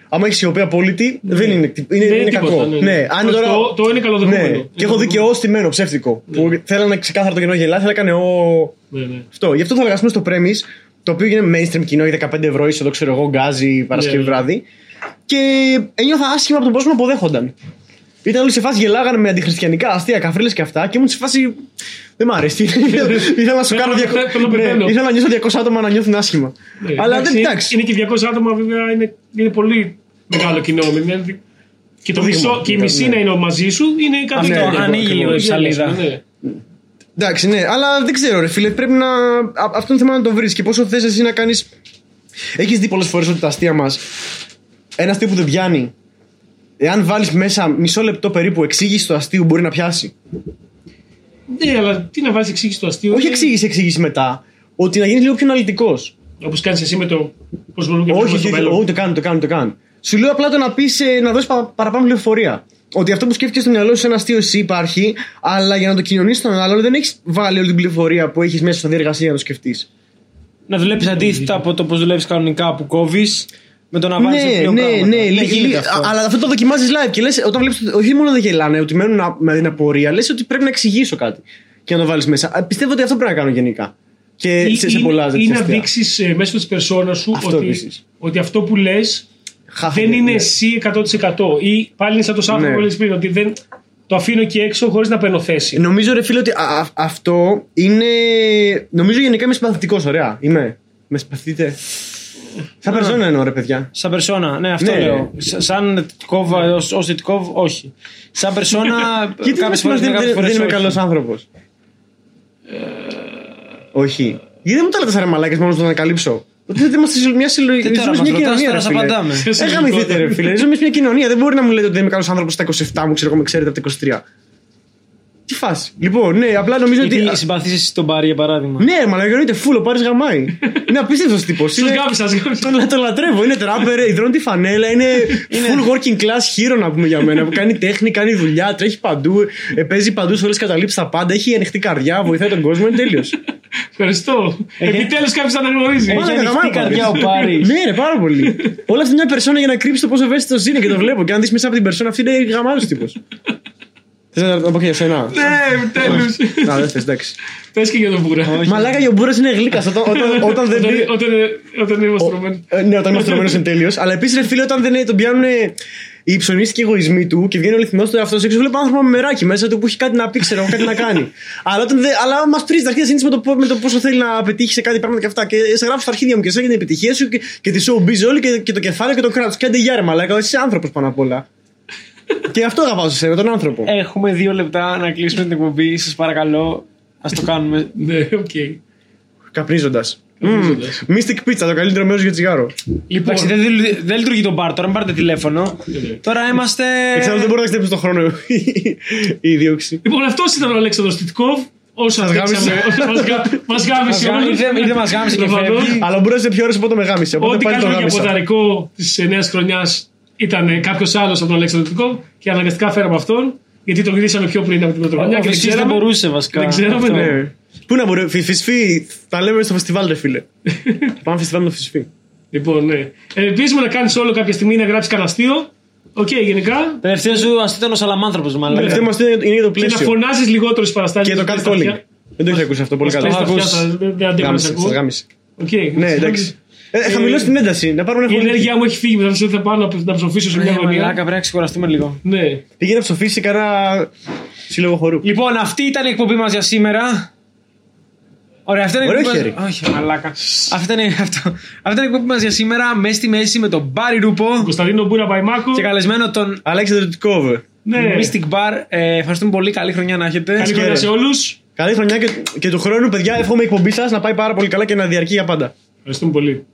S2: Άμα έχεις σιωπή απόλυτη, δεν είναι, τυ- είναι,
S1: Ναι. Δεν
S2: είναι
S1: τίποτα,
S2: κακό.
S1: ναι,
S2: Ναι,
S1: ναι.
S2: αν
S1: Το-
S2: τώρα.
S1: το- το είναι καλοδεχούμενο. Ναι.
S2: Ναι,
S1: Είναι
S2: και έχω δει και
S1: καλοδεχούμενο.
S2: ως στημένο, ψεύτικο. Που θέλανε ξεκάθαρα το κενό γελά, θέλανε να κάνει ο.
S1: Ναι, ναι.
S2: Αυτό. Γι' αυτό θα εργαστούμε στο premise, το οποίο είναι mainstream κοινό, ή 15 ευρώ ίσο, το ξέρω εγώ, γκάζι, Παρασκευή
S1: Ναι.
S2: βράδυ. Και ένιωθα άσχημα από τον κόσμο που αποδέχονταν. Ήταν όλοι σε φάση γελάγανε με αντιχριστιανικά αστεία, καφρίλες και αυτά, και ήμουν σε φάση. Δεν μ' αρέσει.
S1: Ναι,
S2: ήθελα να σου κάνω.
S1: Θέλω να
S2: διακο-
S1: πεθαίνω,
S2: Ναι,
S1: πεθαίνω.
S2: Ήθελα να νιώσω 200 άτομα να νιώθουν άσχημα.
S1: Ναι,
S2: Αλλά δεν
S1: είναι-
S2: εντάξει.
S1: Είναι και 200 άτομα, βέβαια, είναι, είναι πολύ μεγάλο κοινό. με μια δι- Και, το
S2: Δείγμα,
S1: μισό, και η
S2: ναι.
S1: μισή να είναι μαζί σου είναι κάτι
S2: Αυτό,
S1: τέτοιο.
S3: ανοίγει λίγο η
S1: Ακριβώς,
S3: σαλίδα.
S1: ναι.
S2: Εντάξει, ναι, αλλά δεν ξέρω, ρε φίλε. Πρέπει να. α- Αυτό είναι θέμα να το βρεις και πόσο θες εσύ να κάνεις. Έχεις δει πολλές φορές ότι τα αστεία μας. Ένα αστείο που δεν πιάνει. Εάν βάλεις μέσα μισό λεπτό περίπου εξήγηση του αστείου, μπορεί να πιάσει.
S1: Ναι, αλλά τι να βάζει εξήγηση στο αστείο.
S2: Όχι εξήγηση, εξήγηση μετά. Ότι να γίνεις λίγο πιο αναλυτικός.
S1: Όπως κάνεις εσύ με το. Πώς μπορούμε να
S2: Όχι, όχι, όχι, ούτε καν, ούτε καν, ούτε καν. Σου λέω απλά το να πεις να δώσεις παραπάνω πληροφορία. Ότι αυτό που σκέφτηκες στο μυαλό σου σε ένα αστείο εσύ υπάρχει, αλλά για να το κοινωνήσεις τον άλλον δεν έχεις βάλει όλη την πληροφορία που έχεις μέσα στη διεργασία να το σκεφτείς.
S3: Να δουλεύει
S2: Ναι,
S3: αντίθετα από το πώ δουλεύεις κανονικά που κόβεις με το να βάλει
S2: Ναι, ναι, ναι, λι- λι- α- αλλά αυτό το δοκιμάζεις live και λες, όταν βλέπεις όχι μόνο δεν γελάνε, ότι μένουν α- με την απορία, λες ότι πρέπει να εξηγήσω κάτι και να το βάλεις μέσα. Α, Πιστεύω ότι αυτό πρέπει να κάνω γενικά. Και Ε, σε, σε πολλά
S1: Ή
S2: ζευγάρια.
S1: να ε, δείξει μέσω της περσόνας σου
S2: Αυτό
S1: ότι,
S2: επίσης.
S1: ότι αυτό που λες δεν είναι εσύ 100%. Ή πάλι είναι σαν το Σάββατο
S2: Ναι.
S1: που λες πριν, ότι δεν, το αφήνω και έξω χωρίς να παίρνω θέση.
S2: Νομίζω, ρε φίλε, ότι α- α- αυτό είναι. Νομίζω γενικά είμαι συμπαθητικός, ωραία. Είμαι. Με συμπαθείτε. Σαν περσόνα εννοώ, ρε παιδιά.
S3: Σαν περσόνα, ναι, αυτό
S2: Ναι.
S3: λέω. Σ- Σαν Τιτκόβ, ω Τιτκόβ, όχι. Σαν *laughs* περσόνα,
S2: *laughs* Γιατί
S3: κάποιε
S2: μας
S3: φορές
S2: δεν, δεν, δεν είμαι καλό άνθρωπος.
S3: Ε,
S2: Όχι. Γιατί δεν μου τα λέτε σαν ρε μαλάκες μόνος στο να ανακαλύψω. Ότι δεν είμαστε σε μια συλλογική.
S3: Τι τώρα
S2: ζούμε σε
S3: μας
S2: μια κοινωνία.
S3: ρωτάς, τώρα
S2: ρε
S3: σε
S2: φίλε.
S3: απαντάμε.
S2: Ε,
S1: Σε
S2: γαμηθείτε,
S1: συλλογικότητα.
S2: ρε φίλε. Ζούμε σε μια κοινωνία. Δεν μπορεί να μου λέτε ότι δεν είμαι καλός άνθρωπος στα 27 μου, ξέρω εγώ, με ξέρετε από τα 23. Τι φάση. Λοιπόν, ναι, απλά νομίζω ότι.
S3: Γιατί συμπαθήσει τον Πάρη, για παράδειγμα.
S2: Ναι, μαλάκα εννοείται φούλο, πάρει
S3: *laughs*
S2: γαμάει. Είναι απίστευτος τύπος.
S1: Σα γάμισα, σα γάμισα.
S2: Τον, τον λατρεύω. Είναι τράπερ, υδρώνει τη φανέλα. Είναι full working class hero να πούμε για μένα. Που κάνει τέχνη, κάνει δουλειά, τρέχει παντού. ε, παίζει παντού σε όλες τις καταλήψεις τα πάντα. Έχει ανοιχτή καρδιά, βοηθάει τον κόσμο. Είναι τέλειος.
S1: Ευχαριστώ.
S2: Ε,
S1: Επιτέλους κάποιος θα αναγνωρίζει.
S3: Έχει ανοιχτή καρδιά ο Πάρης.
S2: ναι, ρε, πάρα πολύ. Όλα αυτά είναι μια περσόνα για να κρύψεις το πόσο ευαίσθητος είναι και το βλέπω. Και αν δεις μέσα από την περσόνα αυτή είναι γαμάτος τύπος. Θες να το πω και για σένα.
S1: Ναι, επιτέλου.
S2: Α, δεν θες, εντάξει.
S1: Πες και για τον Μπούρα.
S2: Μαλάκα, οι ομπούρα είναι γλύκα. Όταν, όταν, Ε, όταν δεν μπει.
S1: Όταν- Όταν είναι μαστρωμένοι.
S2: Ε, ναι, όταν είμαστε είναι τέλειος. Αλλά επίσης, ρε φίλε, όταν δεν τον πιάνουν οι ψωνίστικοι εγωισμοί του και βγαίνει ο αληθινός του εαυτός έξω, βλέπω άνθρωπο με μεράκι μέσα του που έχει κάτι να πει, ξέρω, κάτι να κάνει. αλλά όταν δεν, αλλά μα πρίζει τα αρχίδια συνήθω με, το, πο- με το πόσο θέλει να πετύχει σε κάτι πράγμα και αυτά. Και σε γράφω στα αρχίδια μου και σε έγινε η επιτυχία σου και, και τη showbiz όλη και, και το κεφάλαιο και το κράτο. Και αντεγιάρμα, αλλά εσύ είσαι άνθρωπος πάνω απ' όλα. και αυτό αγαπάω σε σένα, τον άνθρωπο.
S3: Έχουμε δύο λεπτά να κλείσουμε την εκπομπή. Σας παρακαλώ, ας το κάνουμε.
S2: Λοιπόν.
S1: Ναι, οκ.
S2: Καπρίζοντα.
S1: Καπρίζοντας.
S2: Mystic Pizza, το καλύτερο μέρος για τσιγάρο.
S1: Λοιπόν,
S3: Εντάξει, δεν, δεν- δεν λειτουργεί το μπαρ τώρα, μην πάρετε τηλέφωνο.
S1: ναι.
S3: τώρα είμαστε.
S2: Εξάλλου δεν μπορεί να ξεπνήσει τον χρόνο *laughs* η δίωξη.
S1: Λοιπόν, αυτός ήταν ο Αλέξανδρος Τιτκόβ. Όσο
S2: Μας
S1: αντέξαμε,
S2: γάμισε.
S1: όσο *laughs* μας γά- μας γάμισε.
S3: Μας γά-
S1: όλους.
S3: ήρθε- ήρθε μας γάμισε και
S1: Προφανώς.
S3: φεύγει.
S2: Αλλά μπορεί να είσαι πιο ωραίος από το με γάμισε. Οπότε
S1: Ό,τι
S2: πάλι το
S1: κάνουμε για
S2: γάμισα.
S1: ποταρικό της νέας χρονιάς ήταν κάποιος άλλος από τον Αλέξανδρο Τιτκόβ και αναγκαστικά φέραμε αυτόν. Γιατί τον γυρίσαμε πιο πριν από την Πρωτοχρονιά
S3: Ο
S1: και δεν
S3: Φυσής δεν
S1: ξέραμε.
S3: μπορούσε βασικά.
S1: Δεν ξέραμε,
S3: Αυτό.
S1: ναι.
S2: Πού να μπορεί, φυσφή, τα λέμε στο φεστιβάλ, ρε φίλε. Πάμε φεστιβάλ με το φυσφή.
S1: *laughs* Λοιπόν, ναι. Ελπίζουμε να κάνεις όλο κάποια στιγμή να γράψεις κανένα αστείο. Οκ, γενικά.
S3: Τελευταίο σου ας ήταν ο Σαλαμάνθρωπος, μάλλον.
S2: Τελευταίο μα είναι το
S1: Ναι. Και να
S2: πλαίσιο.
S1: φωνάζεις λιγότερες παραστάσει.
S2: Και το κάτι calling. Δεν το είχα ακούσει αυτό πολύ καλά.
S1: Δεν αντέχω να σε
S2: Γάμισε,
S1: ακούω.
S2: σας γάμισε.
S1: Οκ.
S2: Ναι, εντάξει. Ε, Χαμηλώσει την ένταση, να πάρουμε
S1: Η
S2: ένα χρόνο.
S1: ενέργειά μου έχει φύγει μετά, θα πάω να, να ψοφήσω σε μια
S3: Ναι, μαλάκα,
S1: γωνία.
S3: πρέπει να ξεκουραστούμε λίγο.
S1: Ναι.
S2: Πήγε να ψοφήσει κανένα σύλλογο χορού.
S3: Λοιπόν, αυτή ήταν η εκπομπή μας για σήμερα. Ωραία, αυτή ήταν η
S2: Ωραίο
S3: εκπομπή.
S2: χέρι.
S3: μας- Όχι, μαλάκα. Αυτή ήταν, η- αυτό. αυτή ήταν η εκπομπή μα για σήμερα. Μέσα στη μέση με τον Μπάρι Ρούπο
S1: Κωνσταντίνο Μπούρα Μπαϊμάκο.
S3: και καλεσμένο τον
S2: Αλέξανδρο Τιτκόβ.
S1: Ναι.
S3: Mystic Bar. Ε, ευχαριστούμε πολύ. Καλή χρονιά να έχετε.
S1: Καλή
S3: Και-
S1: χρονιά σε όλους.
S2: Καλή χρονιά και, και του χρόνου, παιδιά. Εύχομαι η εκπομπή σας να πάει πάρα πολύ καλά και να διαρκεί για πάντα.
S1: Ευχαριστούμε πολύ.